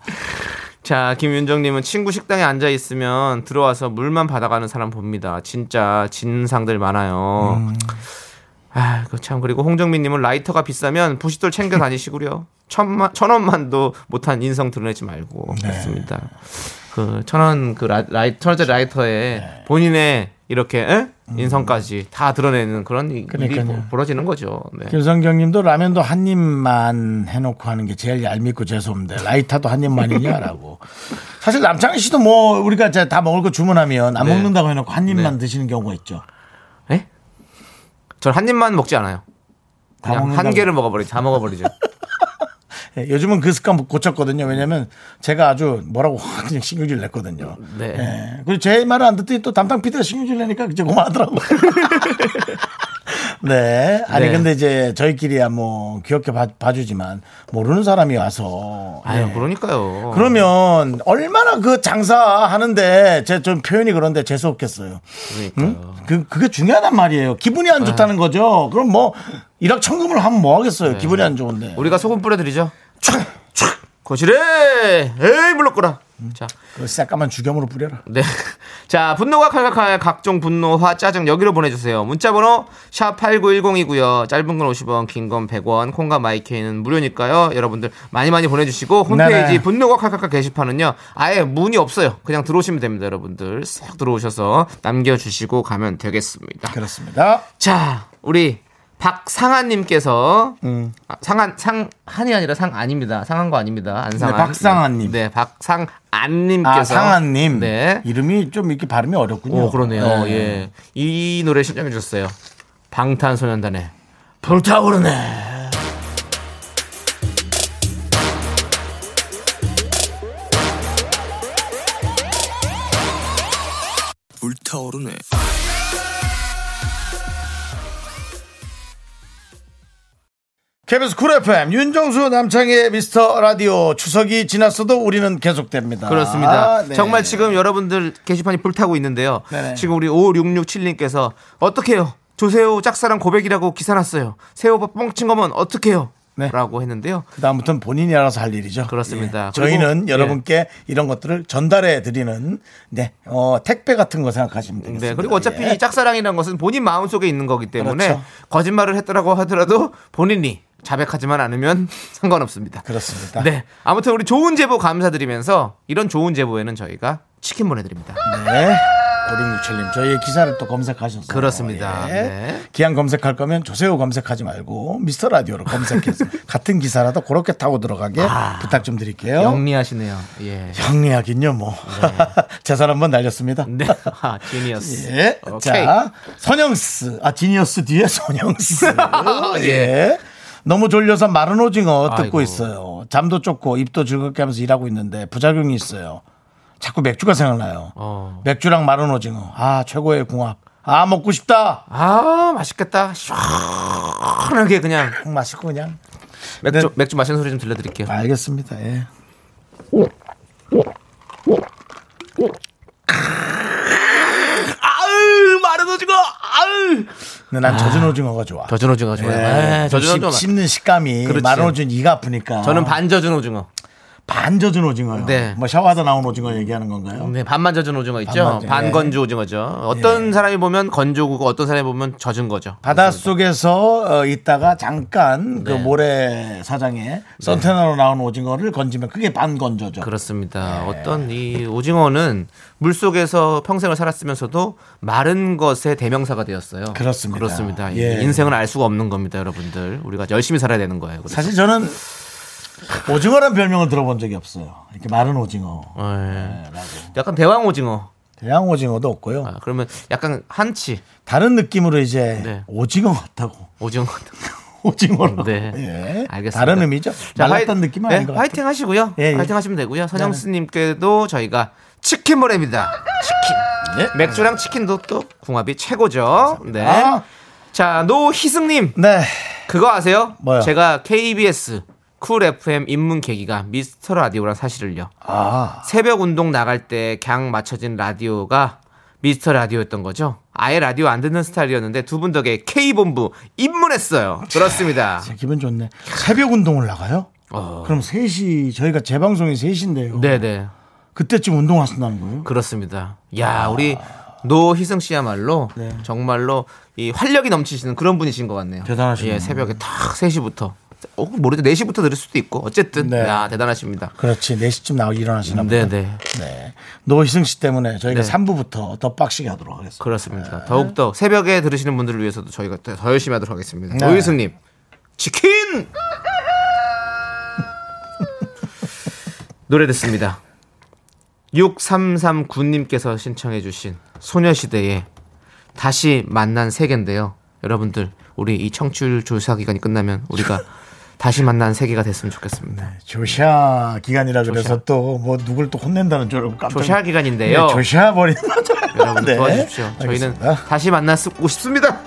B: 자, 김윤정님은 친구 식당에 앉아 있으면 들어와서 물만 받아가는 사람 봅니다. 진짜 진상들 많아요.
A: 음.
B: 아, 그 참. 그리고 홍정민님은 라이터가 비싸면 부싯돌 챙겨 다니시구려. 천만 천 원만도 못한 인성 드러내지 말고
A: 네.
B: 그렇습니다. 그 천원 그 라- 라이 천원짜리 라이터에
A: 네.
B: 본인의 이렇게 에? 인성까지 다 드러내는 그런 이- 일이
A: 음. 그러니까요.
B: 벌- 벌어지는 거죠. 네.
A: 김성경님도 라면도 한 입만 해놓고 하는 게 제일 얄밉고 죄송한데 라이타도 한 입만이냐라고. 사실 남창희 씨도 뭐 우리가 이제 다 먹을 거 주문하면 안
B: 네.
A: 먹는다고 해놓고 한 입만 드시는 경우가 있죠. 그
B: 에? 전한 입만 먹지 않아요.
A: 다
B: 그냥 한
A: 먹는다고.
B: 개를 먹어버리죠. 다 먹어버리죠.
A: 예, 요즘은 그 습관 고쳤거든요. 왜냐면 제가 아주 뭐라고 확 그냥 신경질 냈거든요.
B: 네.
A: 예, 그리고 제 말을 안 듣더니 또 담당 피디가 신경질 내니까 이제 고마하더라고요. 네. 아니,
B: 네.
A: 근데 이제 저희끼리야 뭐 귀엽게 봐, 주지만 모르는 사람이 와서.
B: 아유,
A: 예.
B: 그러니까요.
A: 그러면 얼마나 그 장사하는데 제 좀 표현이 그런데 재수없겠어요.
B: 그러니까요. 아.
A: 그, 그게 중요하단 말이에요. 기분이 안 좋다는 거죠. 그럼 뭐 일확천금을 하면 뭐 하겠어요. 기분이 안 좋은데.
B: 네. 우리가 소금 뿌려드리죠. 촥! 촥! 거실에! 에이, 물렀거라. 자,
A: 그 새까만 죽염으로 뿌려라.
B: 네. 자, 분노가 칼칼칼 각종 분노와 짜증 여기로 보내주세요. 문자번호 샵8910이고요. 짧은 건 50원, 긴 건 100원, 콩과 마이케이는 무료니까요. 여러분들 많이 많이 보내주시고 홈페이지
A: 네네.
B: 분노가 칼칼칼 게시판은요. 아예 문이 없어요. 그냥 들어오시면 됩니다. 여러분들 싹 들어오셔서 남겨주시고 가면 되겠습니다.
A: 그렇습니다.
B: 자, 우리 박상한님께서
A: 음.
B: 아, 상한 상한이 아니라 상 아닙니다. 상한 거 아닙니다. 안상한.
A: 네, 박상한님.
B: 네, 박상안님께서.
A: 아, 상한님.
B: 네.
A: 이름이 좀 이렇게 발음이 어렵군요.
B: 오, 그러네요. 예. 이 노래 신청해 주셨어요. 방탄소년단의 불타오르네.
A: KBS 쿨 FM 윤정수 남창의 미스터 라디오 추석이 지났어도 우리는 계속됩니다.
B: 그렇습니다.
A: 아, 네.
B: 정말 지금 여러분들 게시판이 불타고 있는데요.
A: 네네.
B: 지금 우리 5667님께서 어떡해요? 조세호 짝사랑 고백이라고 기사 났어요. 세호가 뻥친 거면 어떡해요?
A: 네.
B: 라고 했는데요.
A: 그다음부터는 본인이 알아서 할 일이죠.
B: 그렇습니다.
A: 예. 저희는
B: 그리고-
A: 여러분께 이런 것들을 전달해 드리는 네. 어, 택배 같은 거 생각하시면 되겠습니다.
B: 네, 그리고 어차피
A: 예.
B: 이 짝사랑이라는 것은 본인 마음속에 있는 거기 때문에
A: 그렇죠.
B: 거짓말을 했더라고 하더라도 본인이 자백하지만 않으면 상관없습니다.
A: 그렇습니다.
B: 네. 아무튼 우리 좋은 제보 감사드리면서 이런 좋은 제보에는 저희가 치킨 보내드립니다.
A: 네. 5667님, 저희의 기사를 또 검색하셨어요. 예.
B: 그렇습니다. 네.
A: 기왕 검색할 거면 조세호 검색하지 말고 미스터 라디오로 검색해서 같은 기사라도 그렇게 타고 들어가게 부탁 좀 드릴게요.
B: 아, 영리하시네요. 예.
A: 형리하긴요 뭐. 재산 한번 날렸습니다.
B: 네. 아, 지니어스.
A: 예.
B: 오케이.
A: 자, 선영스. 아, 지니어스 뒤에 선영스.
B: 예.
A: 예. 너무 졸려서 마른 오징어 뜯고
B: 아이고.
A: 있어요. 잠도 쫓고 입도 즐겁게 하면서 일하고 있는데 부작용이 있어요. 자꾸 맥주가 생각나요.
B: 어.
A: 맥주랑 마른 오징어. 아, 최고의 궁합. 아, 먹고 싶다.
B: 아, 맛있겠다. 시원하게 그냥
A: 딱 맛있고 그냥.
B: 맥주,
A: 네.
B: 맥주 마시는 소리 좀 들려드릴게요.
A: 알겠습니다. 예.
B: 아유, 마른 오징어! 아유!
A: 근데 난 젖은 오징어가 좋아.
B: 젖은 오징어 좋아요.
A: 예,
B: 예,
A: 좀
B: 젖은 오징어.
A: 씹- 씹는 식감이
B: 그렇지.
A: 마른 오징어 이가 아프니까.
B: 저는 반 젖은 오징어.
A: 반 젖은 오징어요.
B: 네.
A: 뭐 샤워하다 나온 오징어 얘기하는 건가요?
B: 네, 반만 젖은 오징어 있죠.
A: 반만 젖- 예.
B: 반 건조 오징어죠. 어떤 사람이 보면 건조고 어떤 사람이 보면 젖은 거죠.
A: 바닷속에서 어, 있다가 잠깐 그
B: 네.
A: 모래 사장에 선테나로 나온 오징어를 건지면 그게 반 건조죠.
B: 그렇습니다.
A: 예.
B: 어떤 이 오징어는 물 속에서 평생을 살았으면서도 마른 것의 대명사가 되었어요.
A: 그렇습니다.
B: 그렇습니다.
A: 예.
B: 인생을 알 수가 없는 겁니다, 여러분들. 우리가 열심히 살아야 되는 거예요. 그래서.
A: 사실 저는 오징어란 별명을 들어본 적이 없어요. 이렇게 마른 오징어, 네,
B: 예. 약간 대왕 오징어.
A: 대양 오징어도 없고요.
B: 아, 그러면 약간 한치
A: 다른 느낌으로 이제
B: 네.
A: 오징어 같다고.
B: 오징어.
A: 오징어로.
B: 네.
A: 예.
B: 알겠습니다.
A: 다른 의미죠. 말랐던
B: 화이-
A: 느낌은
B: 네,
A: 아닌 것 같아요.
B: 화이팅 하시고요.
A: 예, 예.
B: 화이팅 하시면 되고요. 선영스님께도 저희가 치킨 보냅니다. 치킨. 맥주랑 치킨도 또 궁합이 최고죠. 네.
A: 아,
B: 자, 노희승님.
A: 네.
B: 그거 아세요?
A: 뭐요?
B: 제가 KBS 쿨 FM 입문 계기가 미스터 라디오란 사실을요.
A: 아,
B: 새벽 운동 나갈 때 gang 맞춰진 라디오가 미스터 라디오였던 거죠. 아예 라디오 안 듣는 스타일이었는데 두 분 덕에 K본부 입문했어요. 그렇습니다.
A: 진짜 기분 좋네. 새벽 운동을 나가요?
B: 어.
A: 그럼 3시, 저희가 재방송이 3시인데요.
B: 네네.
A: 그때쯤 운동하신다는 거예요?
B: 그렇습니다. 야, 우리 노희승 씨야말로
A: 아. 네.
B: 정말로 이 활력이 넘치시는 그런 분이신 것 같네요.
A: 대단하시네요.
B: 예, 새벽에 탁 3시부터. 어, 모르죠. 4시부터 들을 수도 있고. 어쨌든.
A: 네.
B: 야, 대단하십니다.
A: 그렇지. 4시쯤 나와 일어나시나 보다.
B: 음, 네네.
A: 네. 노희승 씨 때문에 저희가
B: 네.
A: 3부부터 더 빡시게 하도록 하겠습니다. 아.
B: 그렇습니다. 더욱더 새벽에 들으시는 분들을 위해서도 저희가 더 열심히 하도록 하겠습니다.
A: 네.
B: 노희승님, 치킨! 노래 듣습니다. 6339님께서 신청해주신 소녀시대의 다시 만난 세계인데요. 여러분들, 우리 이 청취율 조사 기간이 끝나면 우리가 다시 만난 세계가 됐으면
A: 네,
B: 좋겠습니다.
A: 조샤 기간이라 그래서 또 뭐 누굴 또 혼낸다는 줄 알고 깜짝
B: 조샤 기간인데요.
A: 네, 조샤 버리는 거죠.
B: 여러분
A: 네.
B: 도와주십시오.
A: 알겠습니다.
B: 저희는 다시 만나 쓰고 싶습니다.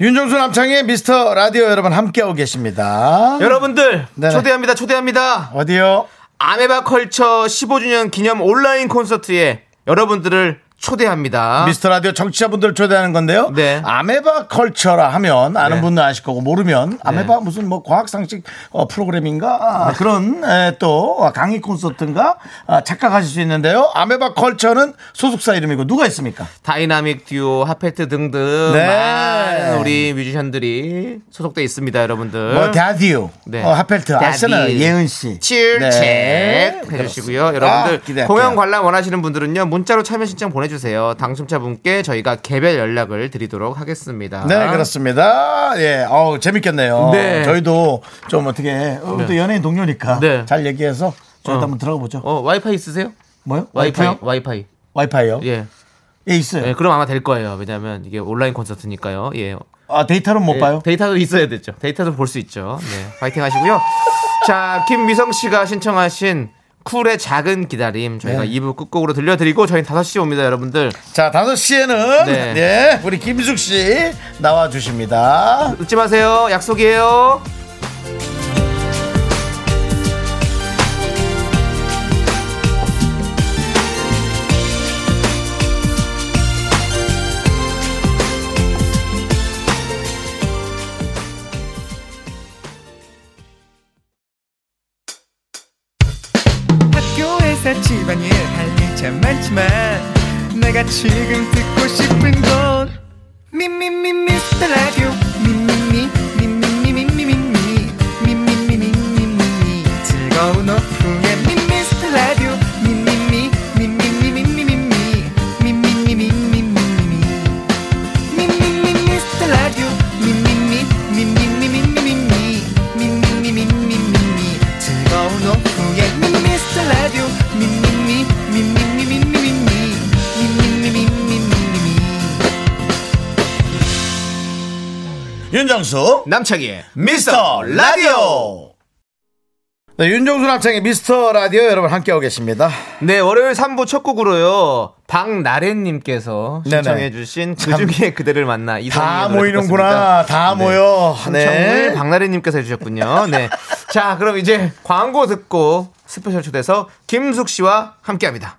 A: 윤정수 남창의 미스터 라디오 여러분 함께하고 계십니다.
B: 여러분들
A: 네네.
B: 초대합니다 초대합니다
A: 어디요?
B: 아메바 컬처 15주년 기념 온라인 콘서트에 여러분들을 초대합니다
A: 미스터 라디오 정치자분들 초대하는 건데요.
B: 네.
A: 아메바 컬처라 하면 아는
B: 네.
A: 분은 아실 거고 모르면 아메바 무슨 뭐 과학 상식 어, 프로그램인가 아,
B: 네.
A: 그런 에, 또 어, 강의 콘서트인가 아, 착각하실 수 있는데요. 아메바 컬처는 소속사 이름이고 누가 있습니까?
B: 다이나믹 듀오 핫페트 등등
A: 네.
B: 많은 우리 뮤지션들이 소속돼 있습니다 여러분들
A: 뭐 다디오,
B: 네.
A: 어, 하펠트,
B: 다디오.
A: 아스널, 예은 씨,
B: 칠책
A: 네.
B: 해주시고요.
A: 그렇습니다. 아,
B: 여러분들
A: 기대할게요.
B: 공연 관람 원하시는 분들은요 문자로 참여 신청 보내주세요. 당첨자 분께 저희가 개별 연락을 드리도록 하겠습니다.
A: 네, 그렇습니다. 예, 어우, 재밌겠네요.
B: 네.
A: 저희도 좀 어떻게, 어, 또 연예인 동료니까
B: 네.
A: 잘 얘기해서 저희도
B: 어.
A: 한번 들어가보죠.
B: 어 와이파이 있으세요?
A: 뭐요?
B: 와이파이
A: 와이파이요?
B: 와이파이
A: 와이파이요? 예,
B: 예
A: 있어요.
B: 예, 그럼 아마 될 거예요. 왜냐하면 이게 온라인 콘서트니까요. 예.
A: 아, 데이터는 못
B: 예,
A: 봐요?
B: 데이터도 있어야 되죠. 데이터도 볼 수 있죠. 네, 파이팅 하시고요. 자, 김미성 씨가 신청하신 쿨의 작은 기다림 저희가
A: 네.
B: 2부 끝곡으로 들려드리고 저희 5시에 옵니다, 여러분들.
A: 자, 5시에는,
B: 네.
A: 예, 우리 김숙 씨 나와주십니다.
B: 늦지 마세요. 약속이에요.
I: 학교에서 집안일 할 일 참 많지만 내가 지금 듣고 싶은 건 미미미 미스터 라디오 미미미 미미미 미미미 미미미 미미미 즐거운 오후에 미스터 라디오 미미미 미미미 미미미 미미미 미미미
A: 윤정수,
B: 남창희의
A: 미스터 라디오! 네, 윤정수 남창의 미스터 라디오 여러분 함께하고 계십니다.
B: 네, 월요일 3부 첫 곡으로요. 박나래님께서
A: 네네.
B: 신청해주신 그중에 그대를 만나
A: 다
B: 이성희의 노래
A: 모이는구나.
B: 듣겠습니다.
A: 다
B: 네.
A: 모여.
B: 한청을 박나래님께서 해주셨군요. 네. 자, 그럼 이제 광고 듣고 스페셜 초대서 김숙 씨와 함께합니다.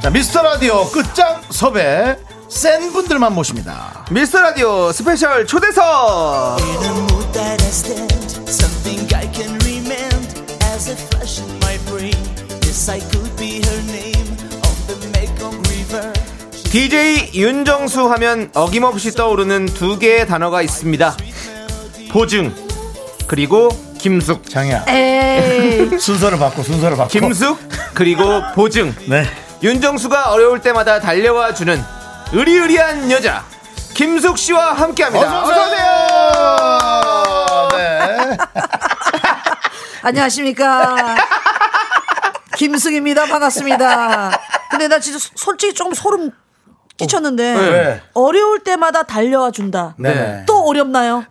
A: 자 미스터 라디오 끝장 섭외 센 분들만 모십니다
B: 미스터 라디오 스페셜 초대석!
I: 못 알아서
J: think I can remember as a flash in my brain. Yes, I could be her name on the Mekong River.
B: DJ 윤정수 하면 어김없이 떠오르는 두 개의 단어가 있습니다. 보증 그리고 김숙.
A: 장이야.
H: 에이.
A: 순서를 바꿔 순서를 바꿔.
B: 김숙 그리고 보증.
A: 네.
B: 윤정수가 어려울 때마다 달려와 주는 의리의리한 여자 김숙 씨와 함께합니다. 네. 어서 오세요.
A: 네.
K: 안녕하십니까. 김승입니다. 반갑습니다. 근데 나 진짜 소- 솔직히 좀 소름 끼쳤는데
B: 어, 네.
K: 어려울 때마다 달려와 준다.
B: 네.
K: 또 어렵나요?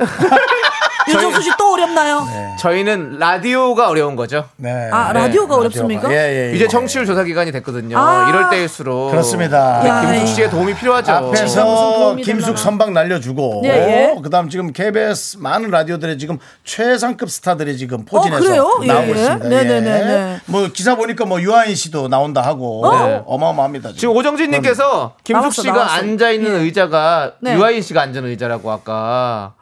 K: 윤정수 씨 또 어렵나요?
B: 저희는 라디오가 어려운 거죠.
A: 네.
K: 아, 네. 라디오가 예. 어렵습니까?
A: 예,
B: 이제 청취율 조사 기간이 됐거든요.
K: 아.
B: 이럴 때일수록 네,
A: 그렇습니다. 야,
B: 김숙 씨의 도움이 필요하죠. 어.
A: 앞에서 김숙 선박 날려주고
B: 예, 예.
A: 그다음 지금 KBS 많은 라디오들의 지금 최상급 스타들이 지금 포진해서
K: 그래요? 예,
A: 나오고
K: 예.
A: 있습니다.
K: 네, 네, 네, 네.
A: 뭐 기사 보니까 뭐 유아인 씨도 나온다 하고
B: 어? 네.
A: 마어마합니다 지금,
B: 오정진님께서 김숙 씨가 앉아 있는 의자가
K: 네.
B: 유아인 씨가 앉은 의자라고 아까.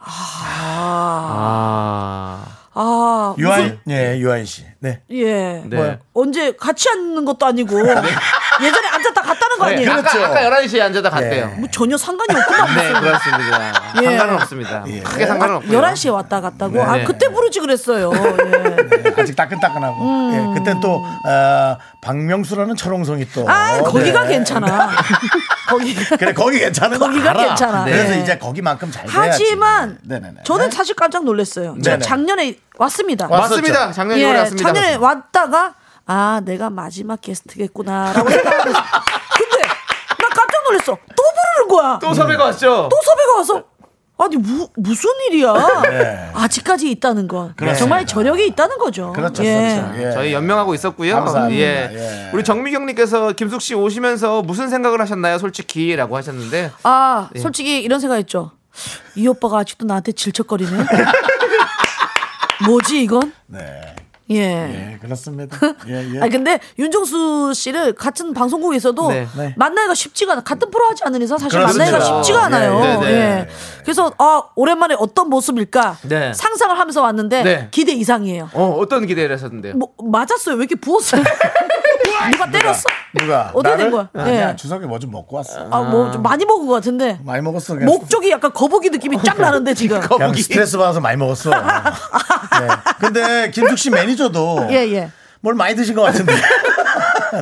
B: 아.
K: 아, 무슨-
A: 유아인 예 유아인 씨 네.
K: 예.
A: 네. 뭐요?
K: 언제 같이 앉는 것도 아니고 예전에 앉았다 갔다는 거 아니에요?
B: 아까,
A: 그렇죠.
B: 아까 11시에 앉아다
A: 예.
B: 갔대요.
K: 뭐 전혀 상관이 없구만.
B: 네, 그렇습니다.
K: 예.
B: 상관은 없습니다. 크게 상관은 없고요.
K: 11시에 왔다 갔다고?
A: 네.
K: 아, 그때 부르지 그랬어요. 예.
A: 아직 따끈따끈하고
K: 음.
A: 예, 그땐 또 어, 박명수라는 철옹성이 또
K: 아, 거기가
A: 네.
K: 괜찮아. 거기
A: 그래 거기 괜찮은 거
K: 거기가
A: 알아.
K: 괜찮아.
A: 그래서
K: 네.
A: 이제 거기만큼 잘 돼야지.
K: 하지만
A: 네네네.
K: 저는 사실 깜짝 놀랐어요. 제가
A: 네네.
K: 작년에 왔습니다.
A: 왔었죠. 맞습니다. 작년에 올해 왔습니다.
K: 예, 작년에 왔다가 아, 내가 마지막 게스트겠구나라고 생각하고 있- 근데 나 깜짝 놀랐어. 또 부르는 거야.
B: 음. 또 섭외가 왔죠?
K: 또 섭외가 와서 아니 무, 무슨 일이야?
B: 네.
K: 아직까지 있다는 건
B: 그렇습니다.
K: 정말 저력이 있다는 거죠.
A: 그렇죠,
K: 예.
A: 예.
B: 저희 연명하고 있었고요.
K: 감사합니다.
B: 예. 우리 정미경님께서 김숙 씨 오시면서 무슨 생각을 하셨나요, 솔직히?라고 하셨는데
K: 아,
B: 예.
K: 솔직히 이런 생각했죠. 이 오빠가 아직도 나한테 질척거리네. 뭐지 이건? 예.
A: 네. 예, 그렇습니다. 예, 예.
K: 아 근데 윤정수 씨를 같은 방송국에서도
A: 네. 네.
K: 만나기가 쉽지가 않아. 같은 프로 하지 않은 이상 사실
A: 그렇습니다.
K: 만나기가 쉽지가 않아요.
A: 네,
K: 예,
A: 네, 네.
K: 그래서 아 오랜만에 어떤 모습일까
B: 네.
K: 상상을 하면서 왔는데
B: 네.
K: 기대 이상이에요.
B: 어, 어떤 기대를 하셨는데요?
K: 뭐 맞았어요? 왜 이렇게 부었어요? 누가 때렸어?
A: 누가
K: 어떻게 된
A: 나를?
K: 거야?
A: 아니야
K: 예.
A: 주석이 뭐 좀 먹고 왔어.
K: 아 뭐 좀 많이 먹은 것 같은데
A: 많이 먹었어. 그냥.
K: 목 쪽이 약간 거북이 느낌이 쫙 나는데 지금.
A: 그냥 스트레스 받아서 많이 먹었어. 네. 근데 김숙 씨 매니저도
K: 예 예.
A: 뭘 많이 드신 것 같은데.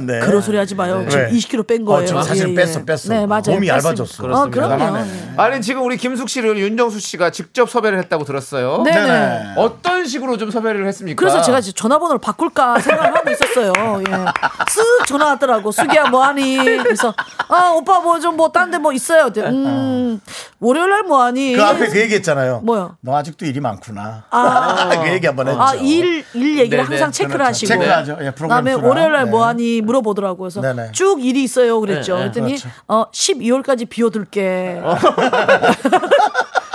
A: 네.
K: 그런 소리 하지 마요.
A: 네.
K: 지금
A: 네.
K: 20kg 뺀
A: 어,
K: 거예요.
A: 지금 사실
K: 예, 예.
A: 뺐어, 뺐어.
K: 네, 맞아요.
A: 몸이
K: 뺐습니다.
A: 얇아졌어.
K: 아, 그럼요.
A: 대단하네.
B: 아니 지금 우리 김숙 씨를 윤정수 씨가 직접 섭외를 했다고 들었어요.
K: 네네. 네네.
B: 어떤 식으로 좀 섭외를 했습니까?
A: 그러니까.
K: 그래서 제가 이제 전화번호를 바꿀까 생각을 하고 있었어요. 예. 쓱 전화 왔더라고. 수기야 뭐하니? 그래서 아 오빠 뭐 좀 뭐 딴 데 뭐 있어요. 그랬더니, 음 월요일 날 뭐하니?
A: 그 앞에 그 얘기 했잖아요.
K: 예. 뭐야?
A: 너 아직도 일이 많구나.
K: 아.
A: 그 얘기 한번 했죠.
K: 아, 일, 일 얘기를
A: 네네.
K: 항상 체크를
A: 그렇죠.
K: 하시고.
A: 체크하죠. 예, 프로그램
K: 그다음에
A: 수랑.
K: 월요일 날
A: 네.
K: 뭐하니 물어보더라고요. 그래서
A: 네네.
K: 쭉 일이 있어요. 그랬죠.
A: 네, 네.
K: 그랬더니
A: 그렇죠. 어.
K: 어 12월까지 비워둘게.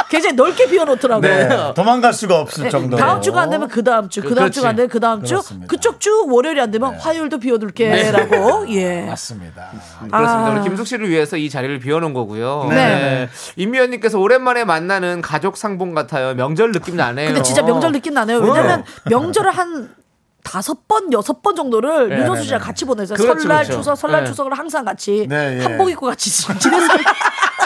K: 굉장히 넓게 비워놓더라고요.
A: 네. 도망갈 수가 없을
K: 네,
A: 정도로.
K: 다음 주가 안 되면 그 다음 주, 그 다음
A: 그렇지.
K: 주가 안 되면 그 다음 주,
A: 그렇습니다. 네.
K: 그쪽 쭉 월요일이 안 되면 화요일도 비워둘게라고. 예.
A: 맞습니다.
B: 그렇습니다.
K: 아.
B: 우리 김숙 씨를 위해서 이 자리를 비워놓은 거고요. 예.
K: 네.
B: 임미연님께서 오랜만에 만나는 가족 상봉 같아요. 명절 느낌 나네요.
K: 근데 진짜 명절 느낌 나네요.
A: 어.
K: 왜냐면 명절을 한 다섯 번, 여섯 번 정도를
B: 네,
K: 윤정수
B: 네,
K: 씨랑
B: 네.
K: 같이 보내서
B: 그렇죠,
K: 설날,
B: 그렇죠.
K: 추석, 설날,
B: 네.
K: 추석을 항상 같이
B: 네, 예.
K: 한복 입고 같이 지냈어요.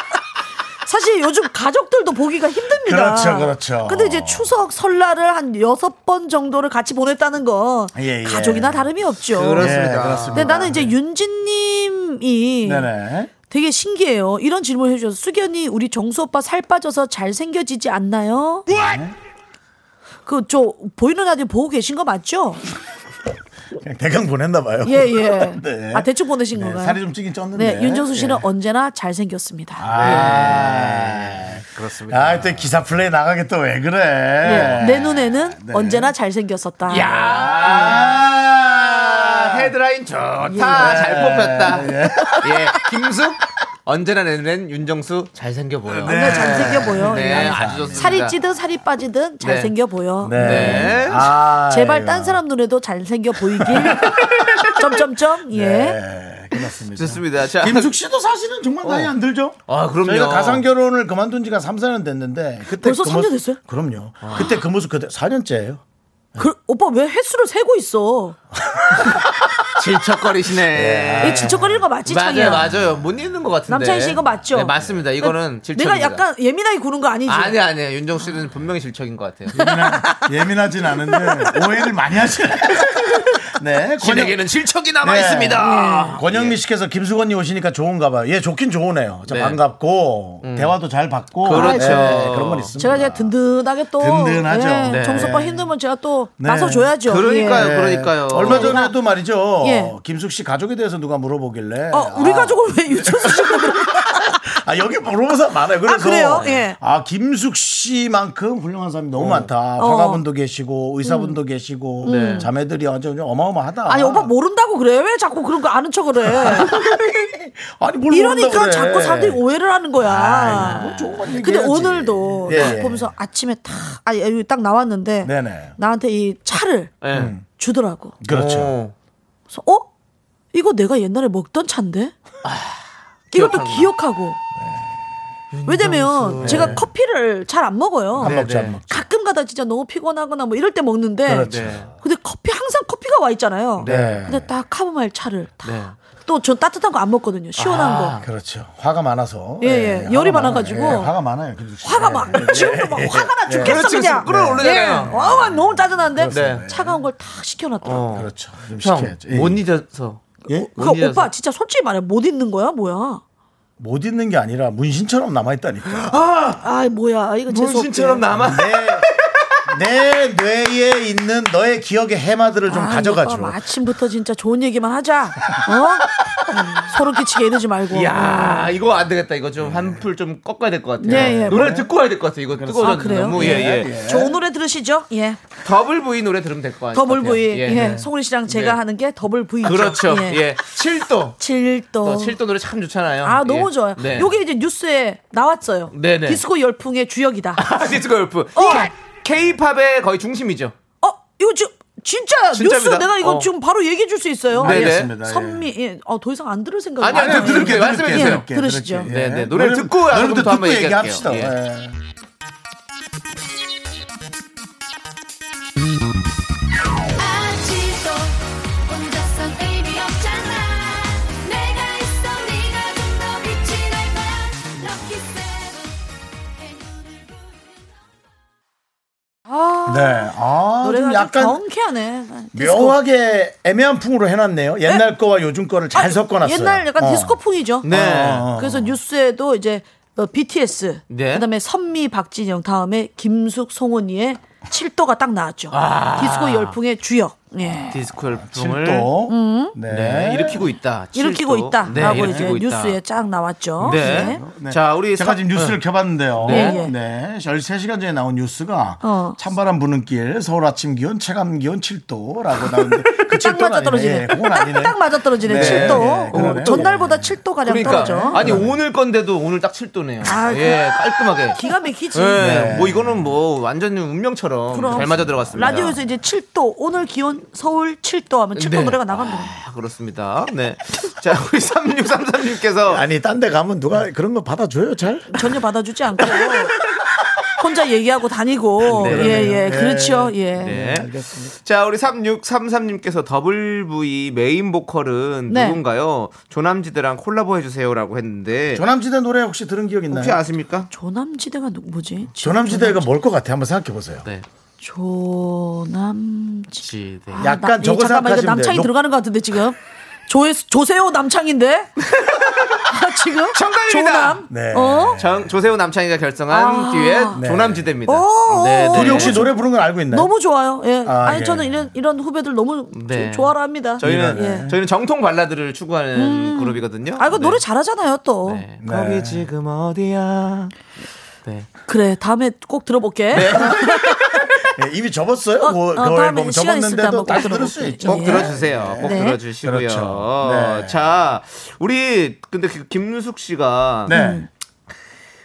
K: 사실 요즘 가족들도 보기가 힘듭니다.
A: 그렇죠, 그렇죠.
K: 근데 이제 추석, 설날을 한 여섯 번 정도를 같이 보냈다는 건
A: 예, 예.
K: 가족이나 다름이 없죠.
A: 그렇습니다. 예, 그렇습니다.
K: 근데 나는 이제 윤진님이
A: 네네.
K: 되게 신기해요. 이런 질문을 해주셔서 수견이 우리 정수 오빠 살 빠져서 잘 생겨지지 않나요? 그 저 보이는 라디오 보고 계신 거 맞죠?
A: 그냥 대강 보냈나 봐요.
K: 예 예.
A: 네.
K: 아 대충 보내신
A: 네,
K: 건가요?
A: 살이 좀 찌긴 쪘는데.
K: 네, 윤정수 씨는
A: 예.
K: 언제나 잘 생겼습니다.
A: 아,
B: 아, 그렇습니다.
A: 아, 또 기사 플레이 나가게 또 왜 그래?
K: 네. 내 눈에는
A: 네.
K: 언제나 잘 생겼었다.
B: 아, 헤드라인 좋다.
K: 예.
B: 잘 뽑혔다. 예. 김숙 언제나 내는 윤정수 잘 생겨 보여.
K: 네, 잘 생겨 보여.
B: 네,
K: 예.
B: 아주 좋습니다.
K: 살이 찌든 살이 빠지든 잘
B: 네.
K: 생겨 보여.
B: 네. 네.
A: 아,
K: 제발
A: 이거.
K: 딴 사람 눈에도 잘 생겨 보이길. 점점점. 예.
A: 네.
B: 좋습니다. 자,
A: 김숙 씨도 사실은 정말 나이 안 들죠?
B: 아, 그럼요.
A: 저희가 가상 결혼을 그만둔 지가 3, 4년 됐는데 그때
K: 벌써
A: 그
K: 삼
A: 모습-
K: 년 됐어요?
B: 아.
A: 그럼요. 그때 그 모습 그때 4년째예요.
K: 그, 오빠 왜 횟수를 세고 있어?
B: 질척거리시네.
A: 예.
K: 이 예, 질척거리는 거 맞지, 창이야?
B: 맞아요, 맞아요. 못 읽는 것 같은데.
K: 남창희 씨 이거 맞죠? 네,
B: 네, 맞습니다. 이거는 질척.
K: 내가 약간 예민하게 구는 거 아니지?
B: 아니 아니에요. 윤정 씨는 분명히 질척인 것 같아요.
A: 예민하진 않은데 오해를 많이 하시네. 네.
B: 진에게는 질척이 남아 있습니다.
A: 네. 권영미 씨께서 김수건님 오시니까 좋은가 봐요. 예, 좋긴 좋으네요. 저
B: 예. 네. 음.
A: 반갑고 대화도 잘 받고
B: 그렇죠.
A: 네, 그런 건 있습니다.
K: 제가 이제 든든하게 또
A: 든든하죠.
K: 예,
A: 네.
K: 정수빠 힘들면 제가 또
A: 네.
K: 나서 줘야죠.
B: 그러니까요, 네.
K: 예.
B: 그러니까요.
A: 얼마 전에도 말이죠.
K: 예.
A: 김숙 씨 가족에 대해서 누가 물어보길래
K: 어,
B: 아.
K: 우리 가족을 왜 유천수 씨
A: 아 여기 물어본 사람 많아요. 그래서
K: 그래요? 예.
A: 아, 김숙 씨만큼 훌륭한 사람이 너무 많다.
K: 어.
A: 화가분도 계시고 의사분도
B: 음.
A: 계시고
K: 네.
A: 자매들이 완전 어마어마하다.
K: 아니 오빠 뭐 모른다고 그래? 왜 자꾸 그런 거 아는 척을 해?
A: 아니 뭘
K: 이러니까
A: 모른다 그래.
K: 자꾸 사람들이 오해를 하는 거야.
B: 아,
K: 뭐 근데
A: 얘기해야지.
K: 오늘도
A: 예,
K: 딱
A: 예.
K: 보면서 아침에 딱 아니 여기 딱 나왔는데
A: 네네.
K: 나한테 이 차를
B: 네.
K: 주더라고.
A: 음, 그렇죠.
K: 그래서 어? 이거 내가 옛날에 먹던 차인데?
B: 아,
K: 이것도 기억하고.
B: 네.
K: 왜냐면 제가 커피를 잘 안 먹어요.
A: 안 먹죠,
B: 네,
A: 안 먹죠.
K: 가끔 가다 진짜 너무 피곤하거나 뭐 이럴 때 먹는데
A: 그렇죠.
K: 근데 커피 항상 커피가 와 있잖아요.
A: 네.
K: 근데 딱 카모마일 차를
B: 네. 아.
K: 또 전 따뜻한 거 안 먹거든요. 시원한 거.
A: 그렇죠. 화가 많아서.
K: 아. 예, 예.
A: 화가
K: 열이
A: 많아요.
K: 많아가지고.
A: 예, 화가 많아요. 김숙 씨.
K: 화가 막
A: 예,
K: 지금도 막 화가 나 죽겠어
B: 네. 그렇죠, 그렇지,
K: 그냥.
B: 끌어올리잖아요.
K: 예. 와, 너무 짜증나는데
B: 그렇습니다.
K: 차가운 걸 다 시켜놨더라고.
B: 어.
A: 그렇죠. 좀
B: 형,
A: 시켜야죠. 예.
B: 못 잊어서.
A: 예?
K: 그러니까
B: 뭔 일이라서?
K: 오빠 진짜 솔직히 말해 못 잊는 거야 뭐야?
A: 못 있는 게 아니라 문신처럼 남아있다니까.
K: 아 뭐야 이거 재수 없
B: 문신처럼 남아.
A: 내 뇌에 있는 너의 기억의 해마들을
K: 아,
A: 좀 가져가죠.
K: 아침부터 진짜 좋은 얘기만 하자. 어? 음, 소름 끼치게 이러지 말고.
B: 야 이거 안 되겠다. 이거 좀 한풀 좀 꺾어야 될 것 같아요.
K: 예, 예.
B: 노래 를 듣고 와야 될 것 같아요. 이거
K: 아
B: 뜨거워졌는데
K: 그래요?
B: 너무 예, 예.
K: 음. 좋은 노래 들으시죠? 예.
B: 더블 V 노래 들으면 될 것 같아요.
K: 더블 V. 예.
B: 네.
K: 송은이 씨랑 제가
B: 네.
K: 하는 게 더블 V죠.
B: 그렇죠. 예. 칠 7도. 또
K: 7도.
B: 7도 노래 참 좋잖아요.
K: 어. 아 너무
B: 예.
K: 좋아요.
B: 네.
K: 요게 이제 뉴스에 나왔어요.
B: 네네.
K: 디스코 열풍의 주역이다.
B: 아, 디스코 골프.
K: 어.
B: K-팝의 거의 중심이죠.
K: 어 이거 지금 진짜 뉴스
B: 진짜입니다.
K: 내가 이거
B: 어.
K: 지금 바로 얘기해 줄 수 있어요.
B: 네네.
A: 알겠습니다. 예.
K: 선미 예. 어, 더 이상 안 들을 생각.
B: 아니, 아니, 들을게요. 말씀해 주세요.
K: 예, 들으시죠.
A: 들을게요.
B: 네, 네.
A: 예.
B: 노래를 듣고
A: 노래부터
B: 앨범부터 한번
A: 듣고
B: 얘기할게요.
A: 얘기합시다.
B: 예.
A: 예.
H: 아직도 혼자선 의미 없잖아 내가 있어 네가 좀 더 빛이 날 거야 럭키 세븐
K: 아
A: 네. 아,
K: 노래가
A: 좀
K: 좀
A: 약간
K: 경쾌하네. 디스코. 예.
A: 묘하게 애매한 풍으로 해놨네요. 옛날 거와 요즘 거를 잘
K: 아니,
A: 섞어놨어요.
K: 옛날 약간
A: 어.
K: 디스코풍이죠.
B: 네.
A: 어.
K: 그래서 뉴스에도 이제 어, BTS
B: 네.
K: 그다음에 선미 박진영 다음에 김숙 송은이의 7도가 딱 나왔죠.
A: 아.
K: 디스코 열풍의 주역. 예.
B: 디스코 열풍을
A: 칠도.
K: 음.
B: 네, 일으키고 있다.
K: 일으키고
B: 칠도.
K: 있다라고
B: 네,
K: 이제
B: 일으키고 있다.
K: 뉴스에 쫙 나왔죠.
B: 네.
K: 예.
A: 네.
B: 자, 우리
A: 제가
B: 사- 어.
A: 지금 뉴스를 켜봤는데요.
K: 네,
A: 네.
K: 예.
A: 13시간 전에 나온 뉴스가
K: 어.
A: 찬바람 부는 길 서울 아침 기온 체감 기온 7도라고 나오는데 그
K: 딱
A: 7도는
K: 맞아 떨어지네.
A: 아니네. 예, 그건 아니네.
K: 딱 맞아 떨어지네.
A: 네,
K: 7도.
A: 네, 그러네요.
K: 어, 전날보다 7도 가량
B: 그러니까
K: 떨어져.
B: 아니 오늘 건데도 오늘 딱 7도네요.
K: 아,
B: 예, 깔끔하게.
K: 기가 막히지.
B: 예, 뭐 이거는 뭐 완전히 운명처럼
K: 네. 그럼.
B: 잘 맞아 들어갔습니다.
K: 라디오에서 이제 7도 오늘 기온 서울 7도 하면 7도
B: 네.
K: 노래가 나간다.
B: 아, 그렇습니다. 네. 자, 우리 3633님께서
A: 아니 딴 데 가면 누가 그런 거 받아줘요 잘?
K: 전혀 받아주지 않고 혼자 얘기하고 다니고 예예
A: 그러네요.
K: 그렇죠 예.
B: 네. 자, 우리 3633님께서 더블 V 메인 보컬은
K: 네.
B: 누군가요? 조남지대랑 콜라보 해주세요라고 했는데.
A: 네. 조남지대 노래 혹시 들은 기억 있나요?
K: 네.
B: 혹시 아십니까?
K: 조남지대가 누 뭐지?
A: 조남지대가 뭘 것 같아? 한번 생각해 보세요.
B: 네.
K: 조남지.
B: 지대.
K: 아,
A: 약간
K: 나- 이
A: 저거
K: 잠깐만, 이거
A: 생각하시면
K: 남창이
A: 돼요.
K: 들어가는 것 같은데 지금 조 조세호 남창인데 아, 지금
B: 정답입니다.
K: 조남.
A: 네.
K: 어?
B: 정, 조세호 남창희가 결정한
K: 아.
B: 기회
A: 네.
B: 조남지대입니다. 네.
K: 오, 그 오,
A: 둘이 네. 혹시 노래 부른 걸 알고 있나요?
K: 너무 좋아요. 예.
A: 네. 아,
K: 아, 니
A: 예.
K: 저는 이런 이런 후배들 너무 조-
B: 네.
K: 좋아라 합니다.
B: 저희는
K: 예.
B: 저희는 정통 발라드를 추구하는 그룹이거든요.
K: 아 이거
B: 네.
K: 노래 잘하잖아요 또.
B: 네. 거기 지금 어디야? 네.
K: 그래 다음에 꼭 들어볼게.
A: 예, 이미 접었어요?
K: 어,
A: 그, 그
K: 어, 다음에
A: 앨범
K: 시간 있을 때
A: 접었는데도
K: 한번
A: 다시
K: 꼭
A: 들을 수
K: 들어볼게요.
A: 있죠.
B: 꼭
K: 예.
B: 들어주세요. 꼭
K: 네.
B: 들어주시고요.
A: 그렇죠. 네.
B: 자, 우리 근데 그 김윤숙 씨가
A: 네.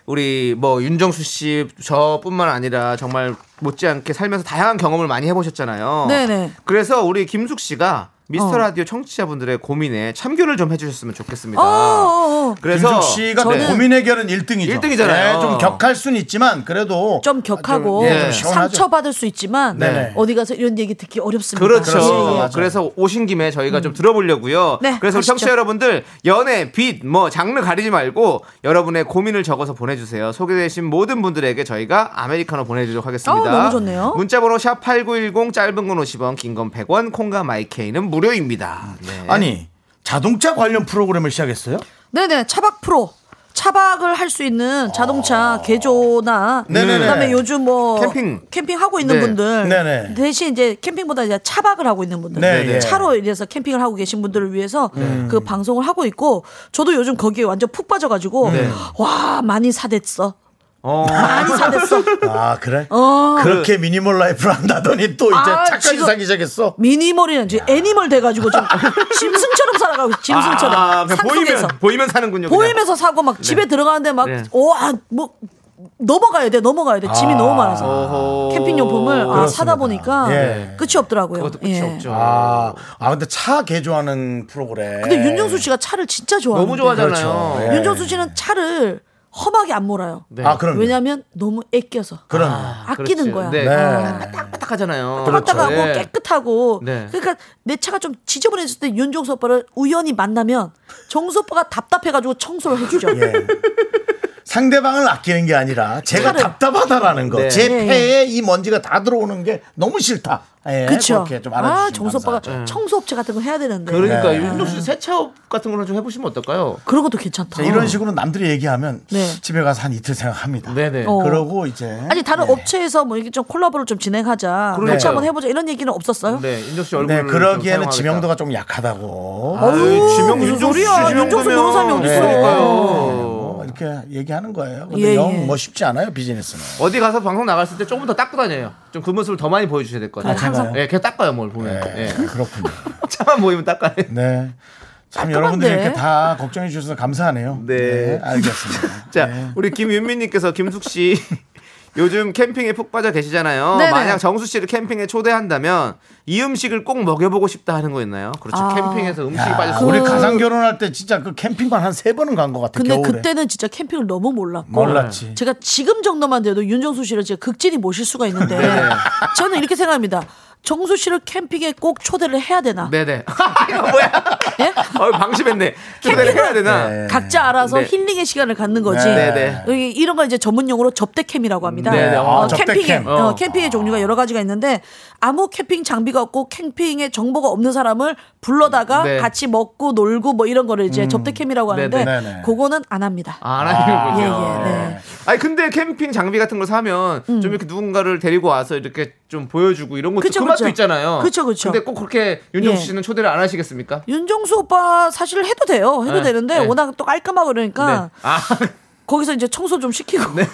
B: 우리 뭐 윤정수 씨 저뿐만 아니라 정말 못지않게 살면서 다양한 경험을 많이 해보셨잖아요.
K: 네네. 어.
B: 그래서 우리 김숙 씨가 미스터 라디오 청취자분들의 고민에 참견을 좀 해주셨으면
K: 어,
B: 좋겠습니다.
A: 어어어.
B: 그래서
A: 김숙 씨가 네. 고민 해결은 1등이죠. 네,
B: 1등이잖아요.
A: 좀 격할 순 있지만 그래도 아,
K: 좀 격하고
B: 좀,
A: 네.
B: 예.
K: 상처 받을 수 있지만
B: 네네.
K: 어디 가서 이런 얘기 듣기 어렵습니다.
B: 그렇죠. 그래서 오신 김에 저희가 좀 들어보려고요.
K: 음. 네,
B: 그래서 우리
K: 가시죠.
B: 청취자 여러분들 연애, 빛, 뭐 장르 가리지 말고 여러분의 고민을 적어서 보내주세요. 소개되신 모든 분들에게 저희가 아메리카노 보내주도록 하겠습니다.
K: 어, 너무 좋네요.
B: 문자번호 샵 #8910 짧은 건 50원, 긴 건 100원, 콩과 마이케이는 무료입니다.
K: 예.
B: 네.
A: 아니 자동차 관련 프로그램을 시작했어요?
K: 네네 차박 프로. 차박을 할 수 있는 자동차 개조나
A: 아. 네네네.
K: 그다음에 요즘 뭐
A: 캠핑.
K: 하고 있는
A: 네.
K: 분들
A: 네네.
K: 대신 이제 캠핑보다 이제 차박을 하고 있는 분들
A: 네네.
K: 차로 이래서 캠핑을 하고 계신 분들을 위해서
A: 음.
K: 그 방송을 하고 있고 저도 요즘 거기에 완전 푹 빠져가지고
A: 네.
K: 와 많이 사댔어
A: 많이
K: 사댔어.
A: 아 그래?
K: 어.
A: 그렇게 미니멀 라이프를 한다더니 또 이제
K: 아,
A: 착각이
K: 지금
A: 사기 시작했어.
K: 미니멀이는 이제 애니멀 돼가지고 좀 짐승처럼 살아가고 있어, 짐승처럼
B: 아, 그냥
K: 산속에서
B: 보이면 보이면 사는군요. 그냥.
K: 보이면서 사고 막 집에 들어가는데
B: 네.
K: 막오아뭐 넘어가야 돼 넘어가야 돼 짐이
B: 아.
K: 너무 많아서
B: 어허.
K: 캠핑 용품을 아, 사다 보니까
A: 예.
K: 끝이 없더라고요. 예. 끝이 없죠.
A: 아, 아 근데 차 개조하는 프로그램.
K: 근데 윤정수 씨가 차를 진짜 좋아하는데
A: 예. 너무 좋아하잖아요. 그렇죠. 예.
K: 윤정수 씨는 차를 험하게 안 몰아요.
A: 네. 아, 그럼요.
K: 왜냐하면 너무 아껴서
A: 그럼.
B: 그렇지.
K: 아끼는 거야.
B: 네.
K: 아.
A: 어.
B: 딱딱하잖아요.
A: 그렇죠.
K: 따뜻하고
A: 예.
B: 네.
K: 깨끗하고
B: 네.
K: 그러니까 내 차가 좀 지저분해졌을 때 윤종수 오빠를 우연히 만나면 정수 오빠가 답답해가지고 청소를 해주죠.
A: 예. 상대방을 아끼는 게 아니라 제가
K: 차를.
A: 답답하다라는 거.
K: 네.
A: 제
K: 네.
A: 폐에 이 먼지가 다 들어오는 게 너무 싫다. 예,
K: 그렇죠.
A: 그렇게 좀 알아주시면
K: 아 정수 오빠가
A: 감사하죠. 예.
K: 청소업체 같은 거 해야 되는데.
B: 그러니까
A: 네.
B: 윤종 씨 세차업 같은 거를 좀 해보시면 어떨까요?
K: 그런 것도
A: 자,
K: 괜찮다.
A: 이런 식으로 남들이 얘기하면
K: 네.
A: 집에 가서 한 이틀 생각합니다.
B: 네네.
K: 어.
A: 그러고 이제
K: 아니 다른
A: 네.
K: 업체에서 뭐 이렇게 좀 콜라보를 좀 진행하자.
A: 그러니까요.
K: 같이 한번 해보자 이런 얘기는 없었어요?
B: 네, 윤정 씨
A: 네,
B: 얼굴
A: 그러기에는 지명도가 좀 약하다고.
K: 아유, 지명도 윤정수 소리야. 씨 윤정수 지명도면. 모르는
B: 네.
K: 사람이 어딨어.
A: 네, 뭐 이렇게 얘기하는 거예요. 근데
B: 예,
A: 영
B: 예.
A: 뭐 쉽지 않아요, 비즈니스는.
B: 어디 가서 방송 나갔을 때 조금 더 닦고 다녀요. 좀 그 모습을 더 많이 보여주셔야 될 것 같아요.
A: 아, 제가요?
B: 예, 계속 닦아요, 뭘 보면.
A: 네.
B: 예.
A: 그렇군요.
B: 차만 보이면 닦아요.
A: 네. 참 여러분들이 이렇게 다 걱정해 주셔서 감사하네요. 네. 알겠습니다.
B: 자,
K: 네.
B: 우리 김윤민님께서 김숙 씨 요즘 캠핑에 푹 빠져 계시잖아요.
A: 네네.
B: 만약 정수 씨를 캠핑에 초대한다면 이 음식을 꼭 먹여보고 싶다 하는 거 있나요? 그렇죠.
K: 아. 그
B: 캠핑에서 음식이
A: 야,
B: 빠졌어요.
A: 우리 가상 결혼할 때 진짜 그 캠핑만 한 세 번은 간 것 같아.
K: 근데
A: 겨울에.
K: 그때는 진짜 캠핑을 너무 몰랐고
A: 몰랐지.
K: 제가 지금 정도만 돼도 윤정수 씨를 제가 극진히 모실 수가 있는데
B: 네.
K: 저는 이렇게 생각합니다. 정수 씨를 캠핑에 꼭 초대를 해야 되나?
B: 네네. 이거 뭐야?
K: 예?
B: 어, 방심했네. 초대를 해야 되나?
K: 각자 알아서
B: 네.
K: 힐링의 시간을 갖는 거지.
B: 네, 네.
K: 여기 이런 걸 이제 전문 용어로 접대캠이라고 합니다.
B: 네, 네. 아,
K: 어,
B: 접대캠.
K: 캠핑의
B: 어.
K: 어, 캠핑의 종류가 여러 가지가 있는데 아무 캠핑 장비가 없고 캠핑의 정보가 없는 사람을 불러다가
B: 네.
K: 같이 먹고 놀고 뭐 이런 거를 이제
B: 음.
K: 접대캠이라고 하는데
B: 네, 네. 네, 네.
K: 그거는 안 합니다.
B: 안 하시는군요.
K: 예, 예, 네. 음.
B: 아니 근데 캠핑 장비 같은 걸 사면 좀 이렇게 누군가를 데리고 와서 이렇게 좀 보여주고 이런 것도
K: 그쵸,
B: 그 맛도
K: 그쵸.
B: 있잖아요.
K: 그쵸, 그쵸.
B: 근데 꼭 그렇게 윤정수
K: 예.
B: 씨는 초대를 안 하시겠습니까?
K: 윤정수 오빠 사실 해도 돼요. 해도
B: 네,
K: 되는데
B: 네.
K: 워낙 또 깔끔하고 그러니까
B: 아,
K: 거기서 이제 청소 좀 시키고.
B: 네.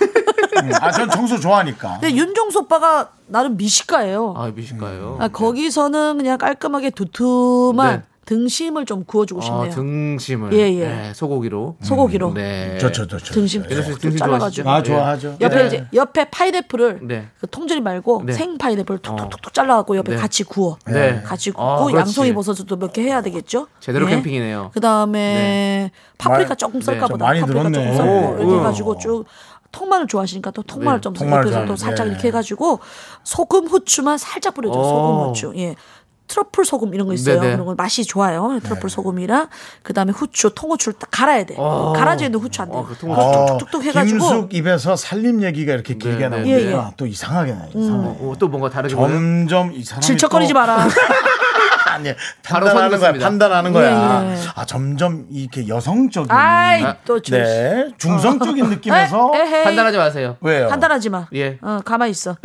A: 아, 전 청소 좋아하니까.
K: 근데 윤정수 오빠가 나름 미식가예요.
B: 아 미식가요.
K: 아, 거기서는 그냥 깔끔하게 두툼한
B: 네.
K: 등심을 좀 구워주고 싶네요.
B: 아, 등심을
K: 예, 예.
B: 네, 소고기로
K: 소고기로.
B: 네.
A: 좋죠, 좋죠.
K: 등심
B: 윤정수 씨
K: 좀
B: 등심 좋아하시죠?
K: 잘라가지고. 옆에
B: 네.
K: 이제 옆에 파인애플을
B: 네.
K: 그 통조림 말고
B: 네.
K: 생 파인애플 툭툭툭툭 잘라갖고 옆에
B: 네.
K: 같이 구워.
B: 네.
K: 같이
B: 아,
K: 굽고
B: 그렇지.
K: 양송이 버섯도 몇 개 해야 되겠죠?
B: 제대로
K: 예.
B: 캠핑이네요.
K: 그다음에 파프리카
B: 많이-
K: 조금
B: 네.
K: 썰까
B: 좀
K: 보다.
B: 많이
K: 파프리카
B: 들었네.
K: 조금 썰고
B: 오,
K: 이렇게
B: 오.
K: 해가지고 쭉 통마늘 좋아하시니까 또 통마늘
B: 네.
K: 좀
B: 통마늘
K: 옆에서 또
B: 좋아하는데.
K: 살짝 이렇게 해가지고 소금 후추만 살짝 뿌려줘. 요
B: 오.
K: 소금 후추. 예. 트러플 소금 이런 거 있어요.
B: 네네.
K: 그런 거 맛이 좋아요. 트러플 소금이랑 그다음에 후추, 통후추를 딱 갈아야 돼.
B: 어.
A: 오.
K: 갈아져 있는 후추 안 돼.
B: 그
A: 어,
K: 툭툭툭툭 해가지고
A: 김숙 입에서 살림 얘기가 이렇게 길게
B: 네,
K: 네.
A: 나오니까 또 이상하게 나요. 이상하게.
B: 어, 또 뭔가 다르게 보여요?
A: 점점 이 사람이
K: 질척거리지
A: 또-
K: 마라.
A: 아니
B: 바로
A: 판단하는 거야.
B: 선입니다.
A: 판단하는 거야.
K: 예, 예.
A: 아 점점 이렇게 여성적인,
K: 아이, 또 저-
A: 네 중성적인 느낌에서
K: 에, 에헤이.
B: 음. 판단하지 마세요.
A: 왜요?
K: 판단하지 마.
B: 예.
K: 어, 가만히 있어.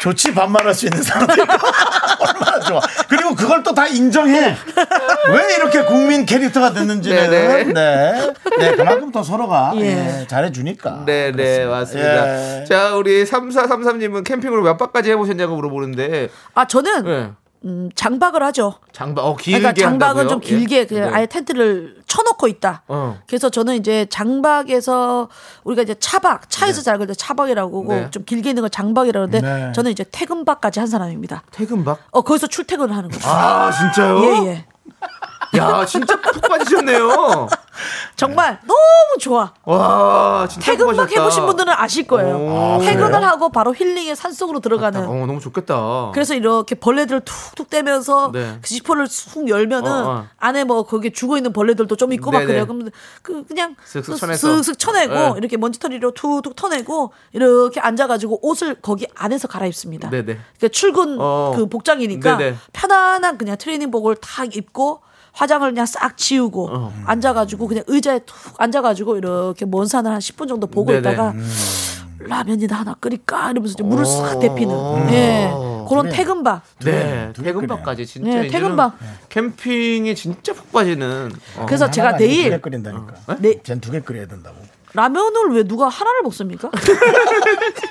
A: 좋지 반말할 수 있는 사람들 얼마나 좋아. 그리고 그걸 또 다 인정해. 왜 이렇게 국민 캐릭터가 됐는지는 네,
B: 네, 네.
A: 네. 그만큼 더 서로가
B: 예.
A: 예, 잘해주니까.
B: 네, 네, 맞습니다.
A: 예.
B: 자, 우리 3433님은 캠핑으로 몇 박까지 해보셨냐고 물어보는데.
K: 아 저는
B: 네.
K: 음, 장박을 하죠.
B: 장박, 어, 길게
K: 그러니까 장박은
B: 한다고요?
K: 좀
B: 예.
K: 길게 그냥
B: 네. 어.
K: 아예 텐트를 쳐놓고 있다. 그래서 저는 이제 장박에서 우리가 이제 차박 차에서 잘 그럴 때 차박이라고 하고
B: 네.
K: 좀 길게 있는 걸 장박이라고 하는데
B: 네.
K: 저는 이제 퇴근박까지 한 사람입니다.
B: 퇴근박?
K: 어 거기서 출퇴근을 하는 거죠.
B: 아, 진짜요?
K: 예예.
B: 야, 진짜 푹 빠지셨네요. 네.
K: 정말 너무 좋아.
B: 와, 진짜
K: 퇴근박
B: 행복하셨다.
K: 해보신 분들은 아실 거예요.
B: 오,
K: 퇴근을
B: 그래요?
K: 하고 바로 힐링의 산속으로 들어가는.
B: 어, 너무 좋겠다.
K: 그래서 이렇게 벌레들을 툭툭 떼면서
B: 네.
K: 그 지퍼를 쑥 열면은
B: 어, 어.
K: 안에 뭐 거기에 죽어 있는 벌레들도 좀 있고 막
B: 네네.
K: 그래요. 그럼 그 그냥
B: 슥슥
K: 그
B: 쳐내서.
K: 슥슥 쳐내고
B: 네.
K: 이렇게 먼지털이로 툭툭 터내고 이렇게 앉아가지고 옷을 거기 안에서 갈아입습니다.
B: 네, 네.
K: 그러니까 출근
B: 어.
K: 그 복장이니까
B: 네네.
K: 편안한 그냥 트레이닝복을 탁 입고 화장을 그냥 싹 지우고
B: 어.
K: 앉아가지고 그냥 의자에 툭 앉아가지고 이렇게 먼 산을 한 10분 정도 보고
B: 네네. 음.
K: 있다가 라면이나 하나 끓일까 이러면서 이제 물을 싹
B: 오.
K: 데피는 예 그런
B: 그래요.
K: 퇴근박
A: 어,
B: 네, 퇴근박까지 진짜
K: 네,
B: 이제는
K: 퇴근박.
B: 캠핑이 진짜 푹 빠지는. 어.
K: 그래서 제가 내일 네.
A: 두개 끓인다니까. 쟨 두 개 끓여야 된다고.
K: 라면을 왜 누가 하나를 먹습니까?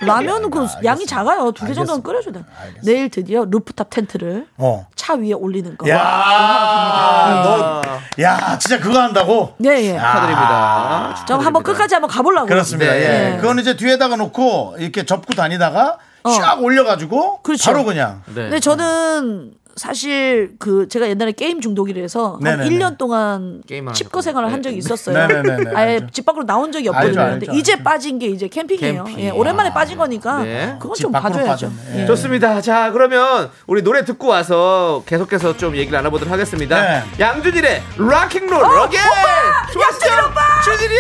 K: 라면은 그 양이 작아요 두 개 정도는 끓여줘야 돼 내일 드디어 루프탑 텐트를
A: 어.
K: 차 위에 올리는 거
A: 야,
K: 와.
A: 너, 야, 진짜 그거 한다고?
K: 네, 예.
A: 축하드립니다.
K: 저 아, 한번 끝까지 한번 가보려고
A: 그렇습니다. 예. 그건 이제 뒤에다가 놓고 이렇게 접고 다니다가 쫙 올려가지고 바로 어. 그냥.
K: 근데 저는 사실 그 제가 옛날에 게임 중독이라서 한
A: 네네네.
K: 1년 동안
A: 게임 안
K: 칩거 생활을 한 적이 있었어요.
A: 네네네네,
K: 아예 집 밖으로 나온 적이
B: 알죠,
K: 없거든요.
B: 알죠,
K: 근데
B: 알죠.
K: 이제 빠진 게 이제 캠핑이에요.
B: 캠핑.
K: 예, 오랜만에 빠진 거니까
B: 네.
K: 그건 좀 봐줘야죠. 예.
B: 좋습니다. 자, 그러면 우리 노래 듣고 와서 계속해서 좀 얘기를 나눠보도록 하겠습니다.
A: 네.
B: 양준일의 락킹롤
H: 어,
B: 럭앤
H: 오빠!
B: 좋았죠?
K: 아,
H: 양준일 오빠!
B: 준일이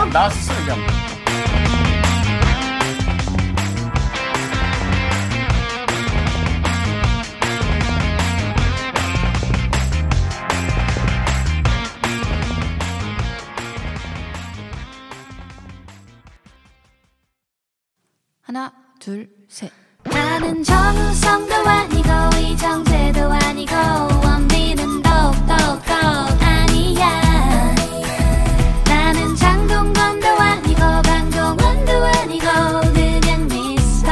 B: 형!
A: 나왔어,
L: 하나, 둘, 셋.
H: 나는 정우성도 아니고 이정재도 아니고 원빈은 더욱더 아니야 나는 장동건도 아니고 강동원도 아니고 그냥 미스터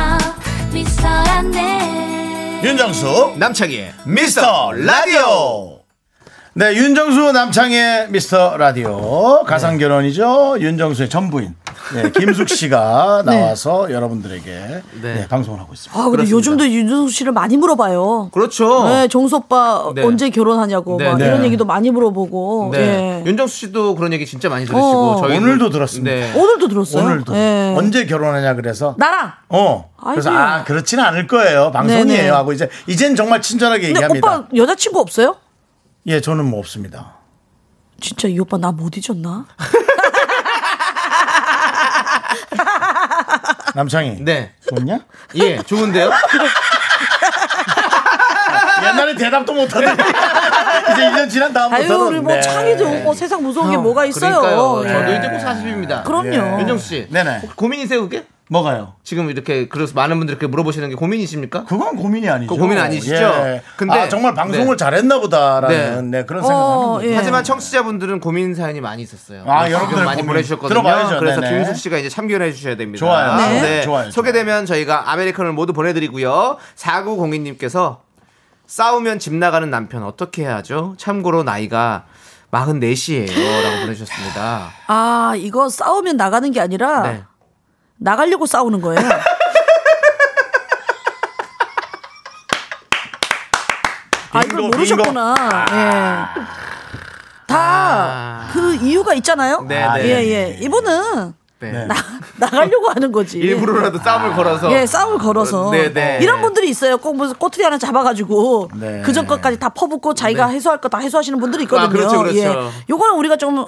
H: 미스터란데
A: 윤정수
B: 남창희의
A: 미스터 라디오 네 윤정수 남창희의 미스터 라디오 가상 결혼이죠 윤정수의 전부인 네, 김숙 씨가
K: 네.
A: 나와서 여러분들에게 네, 방송을 하고 있습니다.
K: 아, 근데 요즘도 윤정수 씨를 많이 물어봐요.
B: 그렇죠.
K: 네, 정수 오빠
B: 네.
K: 언제 결혼하냐고
B: 네,
K: 막
B: 네.
K: 이런 얘기도 많이 물어보고.
B: 네.
K: 예.
B: 윤정수 씨도 그런 얘기 진짜 많이 들으시고 네.
K: 어.
B: 저희
A: 오늘도 들었습니다.
K: 오늘도 들었어요.
A: 오늘도
K: 예.
A: 언제 결혼하냐 그래서
K: 나랑.
A: 어 그래서
K: 아이고야.
A: 아 그렇지는 않을 거예요 방송이에요
K: 네네.
A: 하고 이제 이젠 정말 친절하게
K: 근데
A: 얘기합니다.
K: 오빠 여자친구 없어요?
A: 예 저는 뭐 없습니다.
K: 진짜 이 오빠 나 못 잊었나?
A: 남창희
B: 네
A: 좋냐?
B: 예 좋은데요?
K: 그
A: 옛날에 대답도 못하더니 이제 1년 지난 다음부터는
K: 아유 우리 뭐
A: 네.
K: 창의도 뭐 세상 무서운 게 뭐가 있어요?
B: 그러니까요. 네.
K: 예.
B: 저도 이제 곧 40입니다. 예.
K: 그럼요.
B: 윤정수 씨.
A: 네네.
B: 고민이세요, 그게?
A: 뭐가요?
B: 지금 이렇게 그래서 많은 분들이 이렇게 물어보시는 게 고민이십니까?
A: 그건 고민이 아니죠.
B: 고민 아니시죠? 네.
A: 예. 아, 정말 방송을 잘했나 보다라는, 네, 그런 생각을 어, 하는 거죠. 예.
B: 하지만 청취자분들은 고민 사연이 많이 있었어요.
A: 아,
B: 지금
A: 여러분들
B: 많이
A: 고민
B: 보내주셨거든요.
A: 들어봐야죠.
B: 그래서
A: 네네.
B: 김윤숙 씨가 이제 참견해 주셔야 됩니다.
A: 좋아요. 네. 좋아요,
B: 소개되면 저희가 아메리카노를 모두 보내드리고요. 4902님께서 싸우면 집 나가는 남편 어떻게 해야죠? 참고로 나이가 44이에요. 라고 보내주셨습니다.
K: 아 이거 싸우면 나가는 게 아니라
B: 네.
K: 나가려고 싸우는 거예요. 아 이걸
H: 빙고,
K: 모르셨구나.
B: 아.
K: 예. 다 그 이유가 있잖아요.
B: 네, 네.
K: 예, 예. 이분은
B: 네.
K: 나, 나가려고 하는 거지.
B: 일부러라도
A: 아.
B: 싸움을 걸어서.
K: 예, 싸움을 걸어서.
B: 네, 네.
K: 이런 분들이 있어요. 꼭 무슨 꼬투리 하나 잡아가지고
B: 네.
K: 그전 것까지 다 퍼붓고 자기가 해소할 거 다 해소하시는 분들이 있거든요. 예.
B: 아, 그렇죠, 그렇죠.
K: 요거는 우리가 좀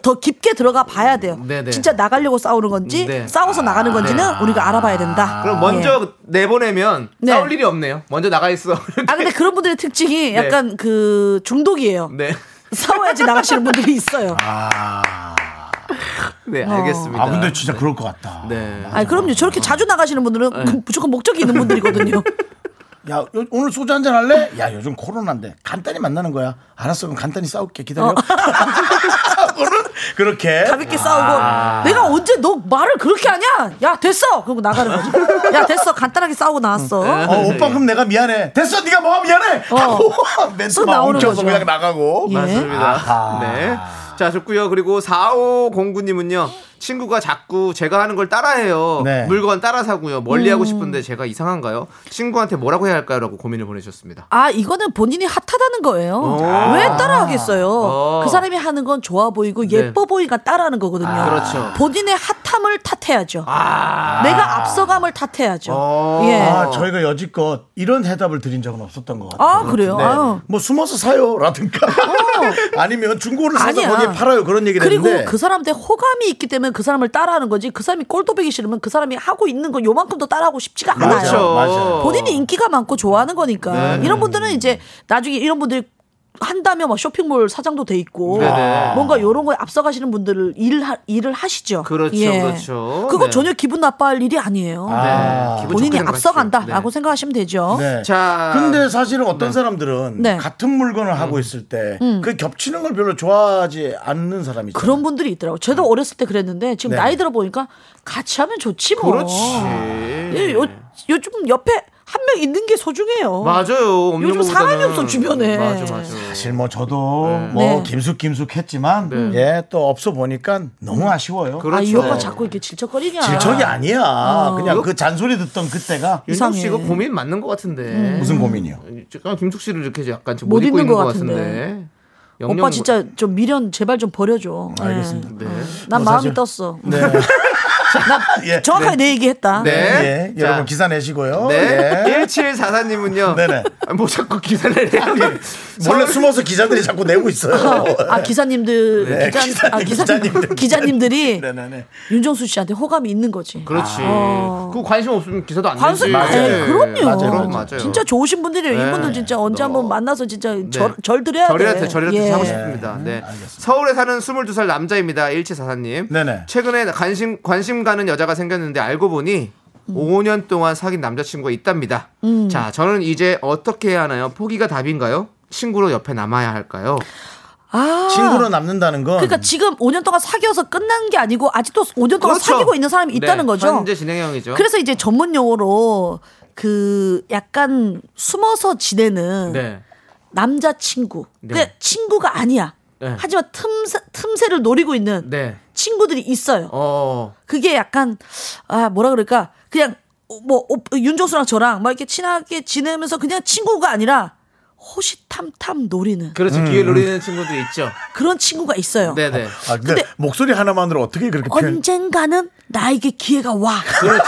K: 더 깊게 들어가 봐야 돼요.
B: 네, 네.
K: 진짜 나가려고 싸우는 건지
B: 네.
K: 싸워서 나가는 건지는 우리가 알아봐야 된다. 예.
B: 그럼 먼저 내보내면
K: 네.
B: 싸울 일이 없네요. 먼저 나가 있어.
K: 예. 아 근데 그런 분들의 특징이
B: 네.
K: 약간 그 중독이에요.
B: 네.
K: 싸워야지 나가시는 분들이 있어요.
B: 네,
K: 어.
B: 알겠습니다.
A: 아, 근데 진짜 그럴 것 같다.
B: 네.
K: 아 그럼요. 저렇게 자주 나가시는 분들은 무조건 목적이 있는 분들이거든요.
A: 야, 요- 오늘 소주 한잔 할래? 야, 요즘 코로나인데 간단히 만나는 거야. 알았어, 그럼 간단히 싸울게. 기다려.
K: 어.
A: 하고는 그렇게
K: 가볍게 싸우고
A: 아.
K: 내가 언제 너 말을 그렇게 하냐? 야 됐어. 그러고 나가는 거지. 야 됐어. 간단하게 싸우고 나왔어.
A: 어, 오빠 그럼 내가 미안해. 됐어, 네가 뭐 미안해. 하고 멘트
K: 쓱
A: 막
K: 나오는
A: 엉켜서
K: 거죠.
A: 그냥 나가고.
K: 예.
B: 맞습니다. 네. 자, 좋고요. 그리고 4509님은요. 친구가 자꾸 제가 하는 걸 따라해요.
A: 네.
B: 물건 따라 사고요. 멀리하고
K: 음.
B: 싶은데 제가 이상한가요? 친구한테 뭐라고 해야 할까요?라고 고민을 보내주셨습니다.
K: 아 이거는 본인이 핫하다는 거예요.
A: 어.
B: 오.
K: 왜 따라하겠어요?
B: 어.
K: 그 사람이 하는 건 좋아 보이고
B: 네.
K: 예뻐 보이니까 따라하는 거거든요.
B: 아, 그렇죠.
K: 본인의 핫함을 탓해야죠.
B: 아.
K: 내가 앞서감을 탓해야죠. 예.
A: 아, 저희가 여지껏 이런 해답을 드린 적은 없었던 것 같아요.
K: 아, 그래요? 아유.
A: 뭐 숨어서 사요라든가 아니면 중고를 사서
K: 어. 아니야.
A: 거기에 팔아요 그런 얘기를
K: 그리고
A: 했는데
K: 그 사람한테 호감이 있기 때문에 그 사람을 따라하는 거지 그 사람이 꼴도배기 싫으면 그 사람이 하고 있는 건 요만큼도 따라하고 싶지가 않아요.
A: 맞아요, 맞아요.
K: 본인이 인기가 많고 좋아하는 거니까
A: 네.
K: 이런 분들은 이제 나중에 이런 분들이 한다면 막 쇼핑몰 사장도 돼 있고
B: 네, 네.
K: 뭔가 요런 거에 앞서가시는 분들을 일 일을 하시죠. 예.
B: 그렇죠, 그렇죠.
K: 그거
B: 네.
K: 전혀 기분 나빠할 일이 아니에요.
A: 아. 네, 기분
K: 본인이
A: 좋게
K: 앞서간다라고 생각하시면 되죠.
A: 네. 근데 사실은 어떤 사람들은
K: 네.
A: 같은 물건을 하고 있을 때 그
K: 음.
A: 겹치는 걸 별로 좋아하지 않는 사람이죠.
K: 그런 분들이 있더라고.
B: 네.
K: 저도 어렸을 때 그랬는데 지금
A: 네.
K: 나이 들어 보니까 같이 하면 좋지 뭐. 예, 요, 요즘 옆에 한 명 있는 게 소중해요.
B: 네. 맞아요. 없는
K: 요즘 사람이
B: 것보다는.
K: 없어 주변에.
B: 맞아, 맞아.
A: 사실 뭐 저도
K: 네.
A: 뭐 김숙김숙했지만
B: 네.
A: 예 또 없어 보니까
K: 음.
A: 너무 아쉬워요.
B: 그렇죠.
K: 아이 오빠 자꾸 이렇게 질척거리냐.
A: 질척이 아니야.
K: 어.
A: 그냥 그 잔소리 듣던 그때가
B: 윤정 씨 이거 고민 맞는 것 같은데.
A: 음. 무슨 고민이요?
B: 잠깐 김숙 씨를 이렇게 약간 지금
K: 못
B: 못 입고
K: 입는
B: 있는
K: 것
B: 것 같은데.
K: 같은데.
B: 영영 뭐-
K: 오빠 진짜 좀 미련 제발 좀 버려줘. 알겠습니다.
B: 네.
K: 난
A: 뭐
K: 마음이
A: 사실-
K: 떴어.
A: 네.
K: 아,
A: 예.
K: 정확하게 내 얘기했다.
A: 네. 예,
B: 자.
A: 여러분 기사 내시고요.
K: 어?
B: 네.
A: 예.
B: 1744님은요.
A: 네네.
B: 뭐 자꾸 기사를 내요.
A: 몰래 숨어서 기자들이 자꾸 내고 있어요.
K: 아 기사님들
A: 네,
K: 기자, 아, 기사,
A: 기사님들.
K: 기자님들이
A: 네네네.
K: 윤정수 씨한테 호감이 있는 거지.
B: 그렇지.
K: 어.
B: 그 관심 없으면 기사도 안
K: 관습
B: 내지.
K: 맞아요.
B: 네.
K: 어, 그럼요.
B: 그럼 맞아요.
K: 진짜 좋으신 분들이에요.
B: 네.
K: 이분들 진짜 언제 한번 만나서 진짜 절, 절 드려야 돼.
B: 절이라 절이라
K: 예.
B: 하고 싶습니다. 네. 서울에 사는 22살 남자입니다. 1744님.
A: 네네.
B: 최근에 관심 관심 가는 여자가 생겼는데 알고 보니 5년 동안 사귄 남자친구가 있답니다.
K: 음.
B: 자, 저는 이제 어떻게 해야 하나요? 포기가 답인가요? 친구로 옆에 남아야 할까요?
K: 아.
A: 친구로 남는다는 건
K: 그러니까 지금 5년 동안 사귀어서 끝난 게 아니고 아직도 5년 동안
B: 그렇죠.
K: 사귀고 있는 사람이
B: 네,
K: 있다는 거죠.
B: 현재 진행형이죠.
K: 그래서 이제 전문 용어로 그 약간 숨어서 지내는
B: 네.
K: 남자 친구.
B: 네.
K: 근데 친구가 아니야.
B: 네.
K: 하지만 틈새, 틈새를 노리고 있는
B: 네.
K: 친구들이 있어요.
B: 어.
K: 그게 약간 아 뭐라 그럴까 그냥 뭐 오- 윤정수랑 저랑 막 이렇게 친하게 지내면서 그냥 친구가 아니라 호시탐탐 노리는
B: 그렇지. 기회 그렇죠. 노리는 친구도 있죠.
K: 그런 친구가 있어요.
B: 네, 네.
A: 아, 근데, 목소리 하나만으로 어떻게 그렇게 표현?
K: 언젠가는 나에게 기회가 와.
B: 그렇죠.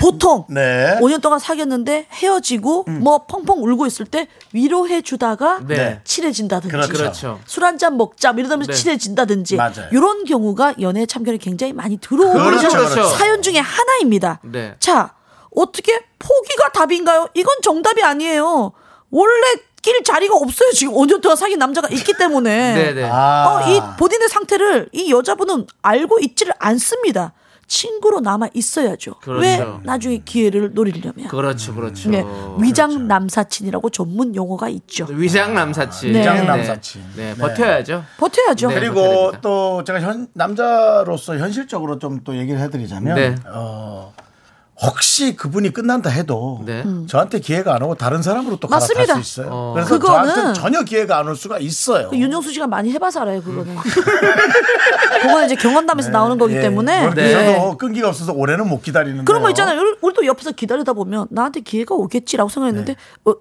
K: 보통
A: 네.
K: 5년 동안 사귀었는데 헤어지고
B: 음.
K: 뭐 펑펑 울고 있을 때 위로해 주다가
B: 네.
K: 친해진다든지
B: 그렇죠. 그렇죠.
K: 술 한 잔 먹자 뭐 이러면서
B: 네.
K: 친해진다든지
B: 맞아요.
K: 이런 경우가 연애 참견에 굉장히 많이 들어오는
B: 그렇죠, 그렇죠.
K: 사연 중에 하나입니다.
B: 네.
K: 자, 어떻게 포기가 답인가요? 이건 정답이 아니에요. 원래 낄 자리가 없어요. 지금 5년 동안 사귄 남자가 있기 때문에.
B: 네네.
K: 어, 이 본인의 상태를 이 여자분은 알고 있지를 않습니다. 친구로 남아 있어야죠.
B: 그렇죠.
K: 왜 나중에 기회를 노리려면.
B: 그렇죠. 그렇죠.
K: 네, 위장 남사친이라고 전문 용어가 있죠.
B: 위장 남사치.
K: 네.
A: 위장 남사치. 네.
B: 네. 버텨야죠. 네.
K: 버텨야죠.
A: 그리고 또 제가 현- 남자로서 현실적으로 좀 또 얘기를 해드리자면
B: 네.
A: 어, 혹시 그분이 끝난다 해도
B: 네.
A: 저한테 기회가 안 오고 다른 사람으로 또
K: 음. 맞습니다.
A: 갈아탈 수 있어요.
B: 어.
A: 그래서
K: 그거는
A: 저한테 전혀 기회가 안 올 수가 있어요.
K: 그
B: 네.
K: 윤영수 씨가 많이 해봐서 알아요,
B: 네.
K: 그거는. 그거는 이제 경험담에서 나오는 거기
A: 예.
K: 때문에. 네.
A: 그렇게 저도 끈기가 없어서 올해는 못 기다리는데.
K: 그런 거 있잖아요. 우리- 우리도 옆에서 기다리다 보면 나한테 기회가 오겠지라고 생각했는데
B: 네.
K: 어,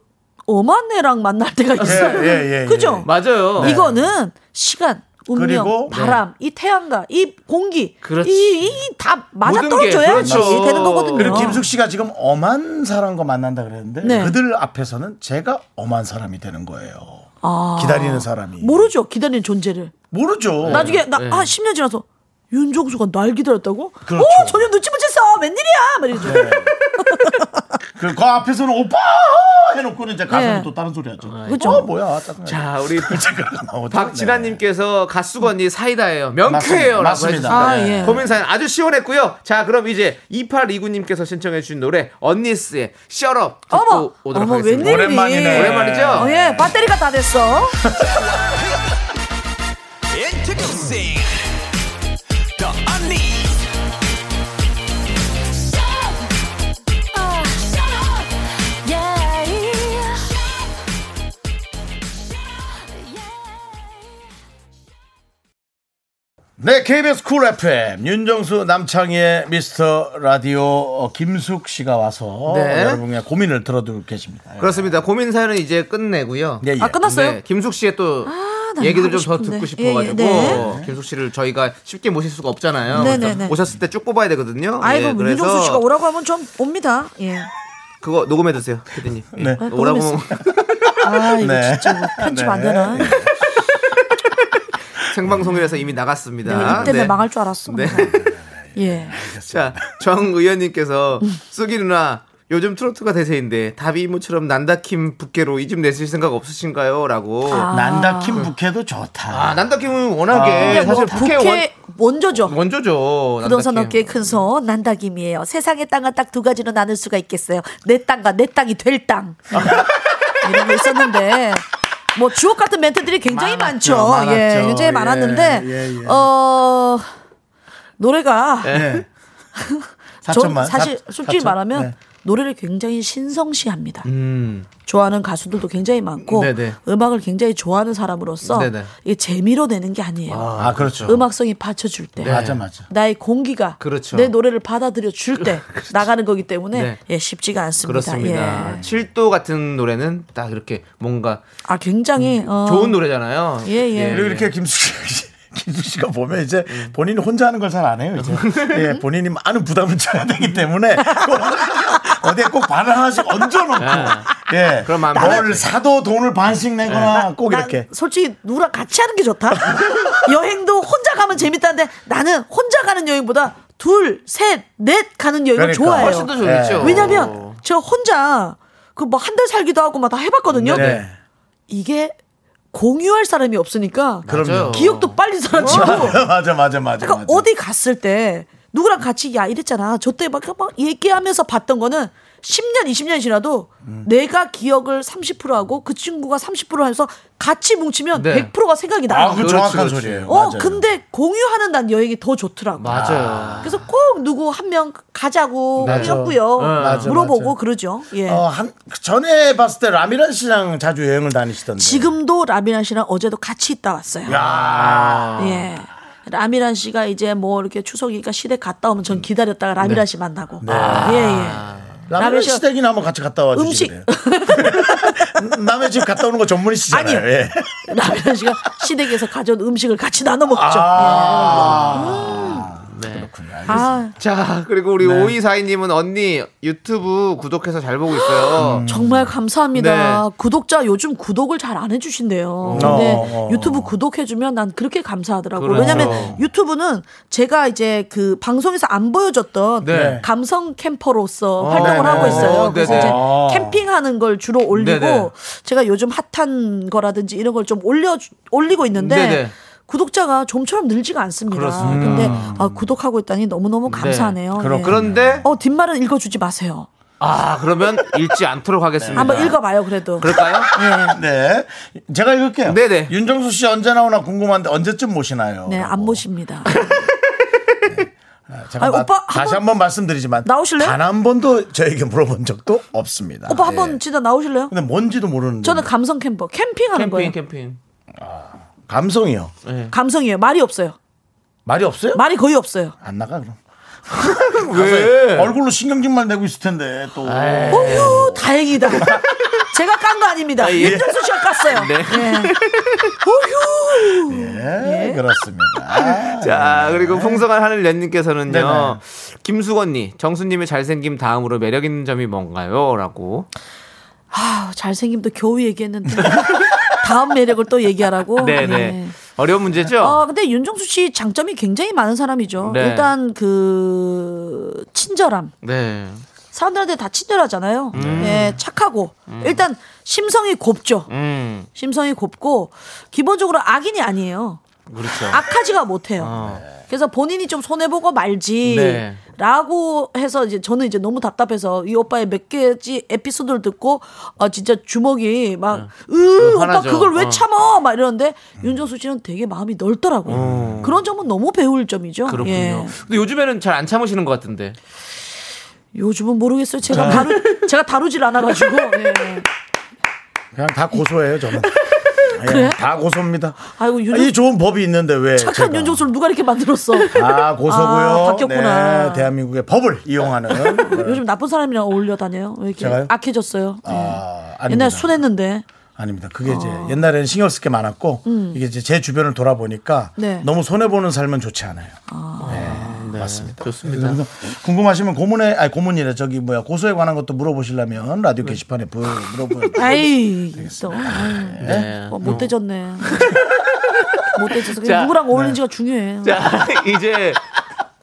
K: 엄한 애랑 만날 때가
A: 예,
K: 있어요.
A: 예, 예,
K: 그죠?
B: 맞아요.
A: 네.
K: 네. 이거는 시간, 운명,
B: 그리고-
K: 바람, 이 태양과 이 공기,
B: 그렇지.
K: 이다 맞아
B: 모든 게
K: 떨어져야 지
B: 그렇죠.
K: 되는 거거든요.
A: 그리고 김숙 씨가 지금 엄한 사람과 만난다 그랬는데
K: 네.
A: 그들 앞에서는 제가 엄한 사람이 되는 거예요.
K: 아.
A: 기다리는 사람이.
K: 모르죠. 기다리는 존재를.
A: 모르죠.
K: 나중에 나
A: 네.
K: 아, 10년 지나서 윤종수가 날 기다렸다고?
A: 그렇죠.
K: 어, 전혀 눈치 못 챘어. 웬일이야?
B: 네.
K: 말이죠.
A: 네. 그, 그 앞에서는 오빠 해놓고는 이제 가서는
K: 네.
A: 또 다른 소리 하죠.
K: 그렇죠.
A: 어, 뭐야. 짜증나.
B: 자,
A: 네.
B: 우리
A: 불체가 나오죠. 네.
B: 박진아님께서 가수건이 사이다예요. 명쾌해요. 라고
A: 맞습니다.
B: 해주셨습니다. 네.
A: 맞습니다. 아, 예.
B: 고민사연 아주 시원했고요. 자, 그럼 이제 2829님께서 신청해주신 노래, 언니스의 셔럽 듣고
K: 어머,
B: 오도록
K: 어머,
B: 하겠습니다.
K: 웬일이니? 오랜만이네.
B: 오랜만이죠?
K: 어, 예, 배터리가 다 됐어.
J: Introducing the Omni.
A: 네, KBS 쿨 FM 윤정수 남창희의 미스터 라디오 어, 김숙 씨가 와서
B: 네.
A: 여러분의 고민을 들어드리고 계십니다.
B: 그렇습니다. 고민 사연은 이제 끝내고요. 네,
A: 예. 아, 끝났어요?
B: 김숙 씨의 또
K: 아, 나
B: 얘기를 좀
K: 하고
B: 더 듣고
K: 싶은데. 예, 예,
B: 싶어가지고
K: 네.
B: 김숙 씨를 저희가 쉽게 모실 수가 없잖아요.
K: 네,
B: 그래서
K: 네, 네.
B: 오셨을 때 쭉 뽑아야 되거든요.
K: 아이고
B: 예,
K: 윤종수 씨가 오라고 하면 좀 옵니다. 예.
B: 그거 녹음해 두세요, 피디님. 예,
K: 네,
B: 오라고
K: 녹음했어요.
B: 하면
K: 아 이거
A: 네.
K: 진짜 뭐 편집 안 되나?
B: 생방송이라서 이미 나갔습니다.
K: 네, 이때문에 망할 줄 알았어.
B: 네.
K: 예.
B: 자, 정 의원님께서 쑥이 누나 요즘 트로트가 대세인데 답이 이모처럼 난다킴 부캐로 이집 내실 생각 없으신가요? 라고
K: 아. 난다킴
A: 부캐도 좋다.
B: 아 난다킴은 워낙에
K: 근데
B: 네,
K: 뭐
B: 사실 부캐 원,
K: 부캐 원조죠.
B: 원조죠.
K: 부동산
B: 난다킴.
K: 어깨의
A: 음.
K: 큰손 난다김이에요. 세상의 땅과 딱 두 가지로 나눌 수가 있겠어요. 내 땅과 내 땅이 될 땅. 이런 게 있었는데 뭐 주옥 같은 멘트들이 굉장히
A: 많았죠,
K: 많죠. 예,
A: 많았죠.
K: 굉장히
A: 예,
K: 많았는데
A: 예, 예.
K: 어 노래가
A: 예.
K: 전
A: 사천만,
K: 사실
A: 사-
K: 솔직히
A: 사천?
K: 말하면
A: 네.
K: 노래를 굉장히 신성시합니다.
B: 음.
K: 좋아하는 가수들도 굉장히 많고
B: 네네.
K: 음악을 굉장히 좋아하는 사람으로서
B: 네네.
K: 이게 재미로 되는 게 아니에요.
A: 아, 그렇죠.
K: 음악성이 받쳐줄 때,
A: 네. 맞아, 맞아.
K: 나의 공기가
B: 그렇죠.
K: 내 노래를 받아들여 줄 때
A: 그렇죠.
K: 나가는 거기 때문에
B: 네.
K: 예, 쉽지가 않습니다.
B: 그렇습니다.
K: 예.
B: 칠도 같은 노래는 딱 이렇게 뭔가
K: 아 굉장히
A: 음,
K: 어,
B: 좋은 노래잖아요.
K: 예, 예.
A: 그리고
B: 네.
A: 이렇게 김숙 씨. 김숙 씨가 보면 이제 본인이 혼자 하는 걸 잘 안 해요. 이제 예, 본인이 많은 부담을 져야 되기 때문에 꼭 어디에 꼭 반 하나씩 얹어놓고 예,
B: 그럼 안
A: 뭘
B: 보이지.
A: 사도 돈을 반씩
K: 네.
A: 내거나 꼭 이렇게
K: 솔직히 누구랑 같이 하는 게 좋다. 여행도 혼자 가면 재밌다는데 나는 혼자 가는 여행보다 둘, 셋, 넷 가는 여행을
A: 그러니까.
K: 좋아해요.
A: 훨씬 더
B: 예.
A: 좋죠.
K: 왜냐면 저 혼자 그 뭐 한 달 살기도 하고 막 다 해봤거든요.
A: 네.
K: 이게 공유할 사람이 없으니까
A: 그럼요.
K: 기억도 빨리 사라지고
A: 맞아 맞아 맞아 맞아.
K: 어? 그러니까 어디 갔을 때 누구랑 같이 야 이랬잖아. 저 때 막 얘기하면서 봤던 거는 10년, 20년이 지나도
A: 음.
K: 내가 기억을 30% 하고 그 친구가 30% 해서 같이 뭉치면
A: 네.
K: 100%가 생각이 나요.
A: 아, 그 정확한 소리예요.
K: 어,
A: 맞아요.
K: 근데 공유하는 난 여행이 더 좋더라고.
A: 맞아요.
K: 그래서 꼭 누구 한 명 가자고
A: 맞아.
K: 해갖고요.
A: 네. 맞아,
K: 물어보고
A: 맞아.
K: 그러죠. 예.
A: 어, 한 전에 봤을 때 라미란 씨랑 자주 여행을 다니시던데.
K: 지금도 라미란 씨랑 어제도 같이 있다 왔어요.
A: 야.
K: 예. 라미란 씨가 이제 뭐 이렇게 추석이니까 시댁 갔다 오면 전 기다렸다가 라미란 씨 만나고.
A: 음. 네.
K: 예, 예.
A: 라미란
K: 라미란
A: 씨
K: 씨가-
A: 댁이나 한번 같이 갔다 와
K: 음식.
A: 주시래요. 남의 집 갔다 오는 거 전문이시잖아요.
K: 아니요.
A: 예.
K: 라미란 씨가 시댁에서 가져온 음식을 같이 나눠 먹죠.
A: 음.
K: 네. 아,
B: 자, 그리고 우리
K: 네.
B: 5242님은 언니 유튜브 구독해서 잘 보고 있어요.
K: 정말 감사합니다.
B: 음. 네.
K: 구독자 요즘 구독을 잘 안 해주신대요. 근데
B: 어.
K: 유튜브 구독해주면 난 그렇게 감사하더라고. 요
B: 그렇죠.
K: 왜냐면 유튜브는 제가 이제 그 방송에서 안 보여줬던
B: 네.
K: 감성 캠퍼로서
B: 어,
K: 활동을
B: 네네.
K: 하고 있어요.
B: 어,
K: 그래서
B: 네네.
K: 이제
B: 아.
K: 캠핑하는 걸 주로 올리고
B: 네네.
K: 제가 요즘 핫한 거라든지 이런 걸 좀 올려 올리고 있는데.
B: 네네.
K: 구독자가 좀처럼 늘지가 않습니다.
B: 그렇습니다. 음.
K: 근데 아, 구독하고 있다니 너무너무 감사하네요.
B: 그럼
K: 예.
B: 그런데
K: 어, 뒷말은 읽어주지 마세요.
B: 아, 그러면 읽지 않도록 하겠습니다.
K: 한번 읽어봐요, 예, 그래도.
B: 그럴까요?
A: 네. 제가 읽을게요. 네네. 윤정수 씨 언제 나오나 궁금한데 언제쯤 모시나요?
K: 네, 안 모십니다.
A: 제가
K: 아니,
A: 마-
K: 오빠 한
A: 다시
K: 번-
A: 한번 말씀드리지만
K: 나오실래요?
A: 단 한 번도 저에게 물어본 적도 없습니다.
K: 오빠
A: 예.
K: 한 번 진짜 나오실래요?
A: 근데 뭔지도 모르는데
K: 저는 감성 캠퍼 음. 캠핑하는 거예요.
B: 캠핑.
A: 감성이요.
K: 감성이에요. 말이 없어요.
A: 말이 없어요?
K: 말이 거의 없어요.
A: 안 나가 그럼. 왜? 얼굴로 신경질만 내고 있을 텐데 또.
K: 아,
A: 네,
K: 어휴 다행이다. 제가 깐 거 네. 아닙니다.
A: 아, 예.
K: 윤정수 씨가 깠어요.
A: 네.
K: 예. 어휴.
A: 예, 그렇습니다.
B: 자,
K: 네.
B: 그리고 풍성한 하늘연님께서는요. 김숙 언니, 정수님의 잘생김 다음으로 매력 있는 점이 뭔가요? 라고.
K: 아 잘생김도 겨우 얘기했는데 다음 매력을 또 얘기하라고.
B: 네네.
K: 예.
B: 어려운 문제죠?
K: 아, 근데 윤정수 씨 장점이 굉장히 많은 사람이죠.
B: 네.
K: 일단 그 친절함.
B: 네.
K: 사람들한테 다 친절하잖아요. 예, 착하고 일단 심성이 곱죠.
B: 음,
K: 심성이 곱고 기본적으로 악인이 아니에요.
B: 그렇죠.
K: 악하지가 못해요. 그래서 본인이 좀 손해 보고
B: 어. 네.
K: 말지라고 해서 이제 저는 이제 너무 답답해서 이 오빠의 몇 개지 에피소드를 듣고 아 진짜 주먹이 막 으,
B: 어,
K: 오빠
B: 화나죠.
K: 그걸 왜
B: 어.
K: 참아 막 이러는데 윤정수 씨는 되게 마음이 넓더라고요. 그런 점은 너무 배울 점이죠.
B: 어. 그렇군요.
K: 예.
B: 근데 요즘에는 잘 안 참으시는 것 같은데.
K: 요즘은 모르겠어요.
B: 네.
K: 제가 다루 제가 다루질 않아가지고 예.
A: 그냥 다 고소해요 저는. 예,
K: 그래?
A: 다 고소입니다.
K: 아이고 윤
A: 이 좋은 법이 있는데 왜
K: 착한
A: 네, 제가.
K: 윤종수를 누가 이렇게 만들었어?
A: 아 고소고요.
K: 아, 바뀌었구나. 네.
A: 네, 대한민국의 법을 이용하는 네.
K: 요즘 나쁜 사람이랑 어울려 다녀요. 왜 이렇게
A: 제가요?
K: 악해졌어요? 네.
A: 아닙니다.
K: 옛날 순했는데.
A: 아닙니다. 그게 이제 옛날에는 신경 쓸 게 많았고
K: 음.
A: 이게 이제 제 주변을 돌아보니까
K: 네.
A: 너무 손해 보는 삶은 좋지 않아요. 네,
B: 맞습니다. 좋습니다.
A: 그래서 궁금하시면 고문에 아니 고문이래 저기 뭐야 고소에 관한 것도 물어보시려면 라디오
K: 네.
A: 게시판에 부- 물어보세요.
K: 아이 또 아유.
B: 네.
K: 어, 못 되졌네. 못 되져서 그냥
B: 자, 네.
K: 누구랑 어울리는지가 중요해.
B: 자, 이제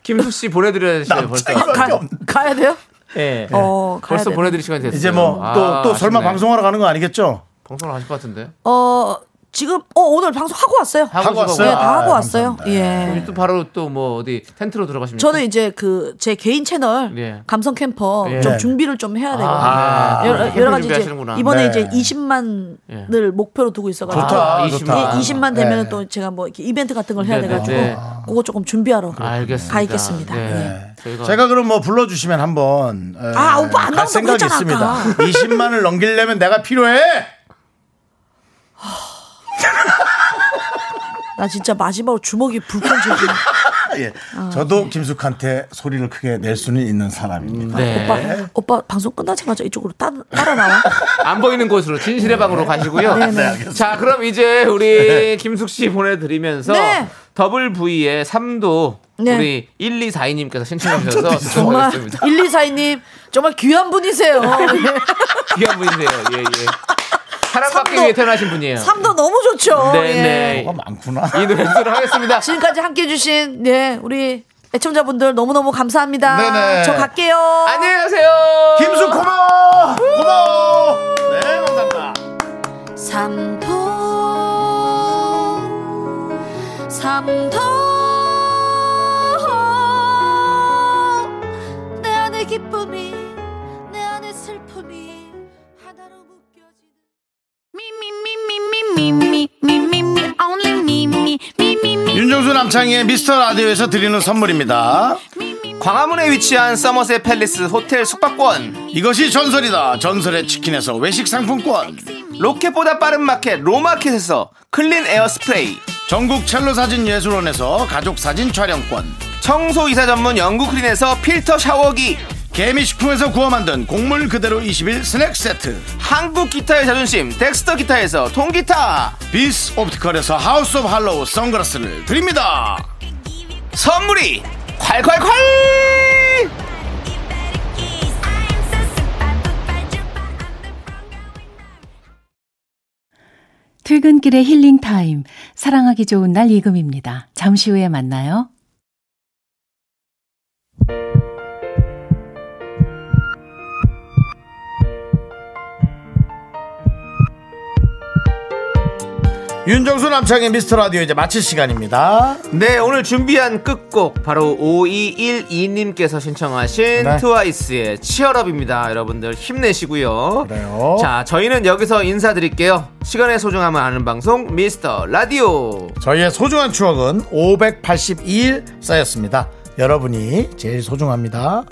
B: 김수 씨 보내드려야
K: 네,
B: 돼요, 벌써.
K: 가, 가야 돼요?
B: 예.
K: 어, 가야
B: 벌써
K: 되네.
B: 보내드릴 시간이 됐어요.
A: 이제 뭐 또 또
B: 아,
A: 설마
B: 아쉽네.
A: 방송하러 가는 거 아니겠죠?
B: 방송을 하실 것 같은데.
K: 어 지금 어 오늘 방송 하고 왔어요.
B: 하고
K: 네,
B: 왔어요?
K: 다
B: 아,
K: 하고 왔어요.
A: 네.
K: 예.
B: 또 바로 또 뭐 어디 텐트로 들어가십니까?
K: 저는 이제 그 제 개인 채널
B: 예.
K: 감성 캠퍼
B: 예.
K: 좀
B: 네.
K: 준비를 좀 해야 되거든요.
B: 아, 네.
K: 여러,
B: 캠프
K: 여러 가지 이제
B: 준비하시는구나. 네.
K: 이번에 이제 20만을
B: 예.
K: 목표로 두고 있어가지고
B: 좋다,
K: 예,
B: 좋다.
K: 20만 되면
B: 네.
K: 은또 제가 뭐 이렇게 이벤트 같은 걸 해야
B: 네, 네,
K: 돼가지고
B: 네. 아,
K: 그거 조금 준비하러
B: 알겠습니다.
K: 가 있겠습니다.
B: 네.
K: 예.
B: 저희가
A: 제가 그럼 뭐 불러주시면 한번 에,
K: 아, 오빠 안
A: 갈
K: 나온다고
A: 생각이
K: 했잖아,
A: 있습니다.
K: 아까. 아,
A: 20만을 넘기려면 내가 필요해.
K: 나 진짜 마지막으로 주먹이 불끈질기.
A: 예.
K: 아, 네.
A: 저도 김숙한테 소리를 크게 낼 수는 있는 사람입니다.
B: 네.
K: 오빠 오빠 방송 끝나자마자 이쪽으로 따, 따라 나와.
B: 안 보이는 곳으로 진실의 방으로 가시고요.
K: 네, 네. 네,
B: 자, 그럼
A: 네.
B: 이제 우리 김숙 씨 보내드리면서
K: 네.
B: 더블 V의 3도
K: 네.
B: 우리 1, 2, 4이님께서 신청해 주셔서
K: 정말
B: 들어가겠습니다.
K: 1, 2, 4이님 정말 귀한 분이세요.
B: 귀한 분이세요. 예, 예. 사랑받기
K: 삼도-
B: 위해 태어나신 분이에요.
K: 삶도 너무 좋죠. 예.
B: 네네.
A: 많구나.
B: 이 노래 들어 하겠습니다.
K: 지금까지 함께 해주신 네 우리 애청자분들 너무너무 감사합니다.
B: 네네.
K: 저 갈게요.
B: 안녕히 가세요.
A: 김숙 고마워. 고마워. 네, 감사합니다.
H: 삼도 삼도 내 안의 기쁨이 내 안의 슬픔이 하나로 묶여지는 미미미미미미미 미미미 only 미미 미미미
A: 윤정수 남창희의 미스터 라디오에서 드리는 선물입니다.
B: 광화문에 위치한 서머셋 팰리스 호텔 숙박권
A: 이것이 전설이다. 전설의 치킨에서 외식 상품권.
B: 로켓보다 빠른 마켓 로마켓에서 클린 에어 스프레이
A: 전국 첼로 사진 예술원에서 가족 사진 촬영권.
B: 청소 이사 전문 영국 클린에서 필터 샤워기
A: 개미식품에서 구워 만든 곡물 그대로 21 스낵 세트.
B: 한국 기타의 자존심 덱스터 기타에서 통기타
A: 비스 옵티컬에서 하우스 오브 할로우 선글라스를 드립니다.
B: 선물이 콸콸콸
L: 퇴근길의 힐링 타임. 사랑하기 좋은 날 이금입니다. 잠시 후에 만나요.
A: 윤정수 남창의 미스터 라디오 이제 마칠 시간입니다.
B: 네 오늘 준비한 끝곡 바로 5212님께서 신청하신
A: 네.
B: 트와이스의 치얼업입니다 여러분들 힘내시고요
A: 그래요.
B: 자 저희는 여기서 인사드릴게요 시간의 소중함을 아는 방송 미스터 라디오
A: 저희의 소중한 추억은 582일 쌓였습니다. 여러분이 제일 소중합니다.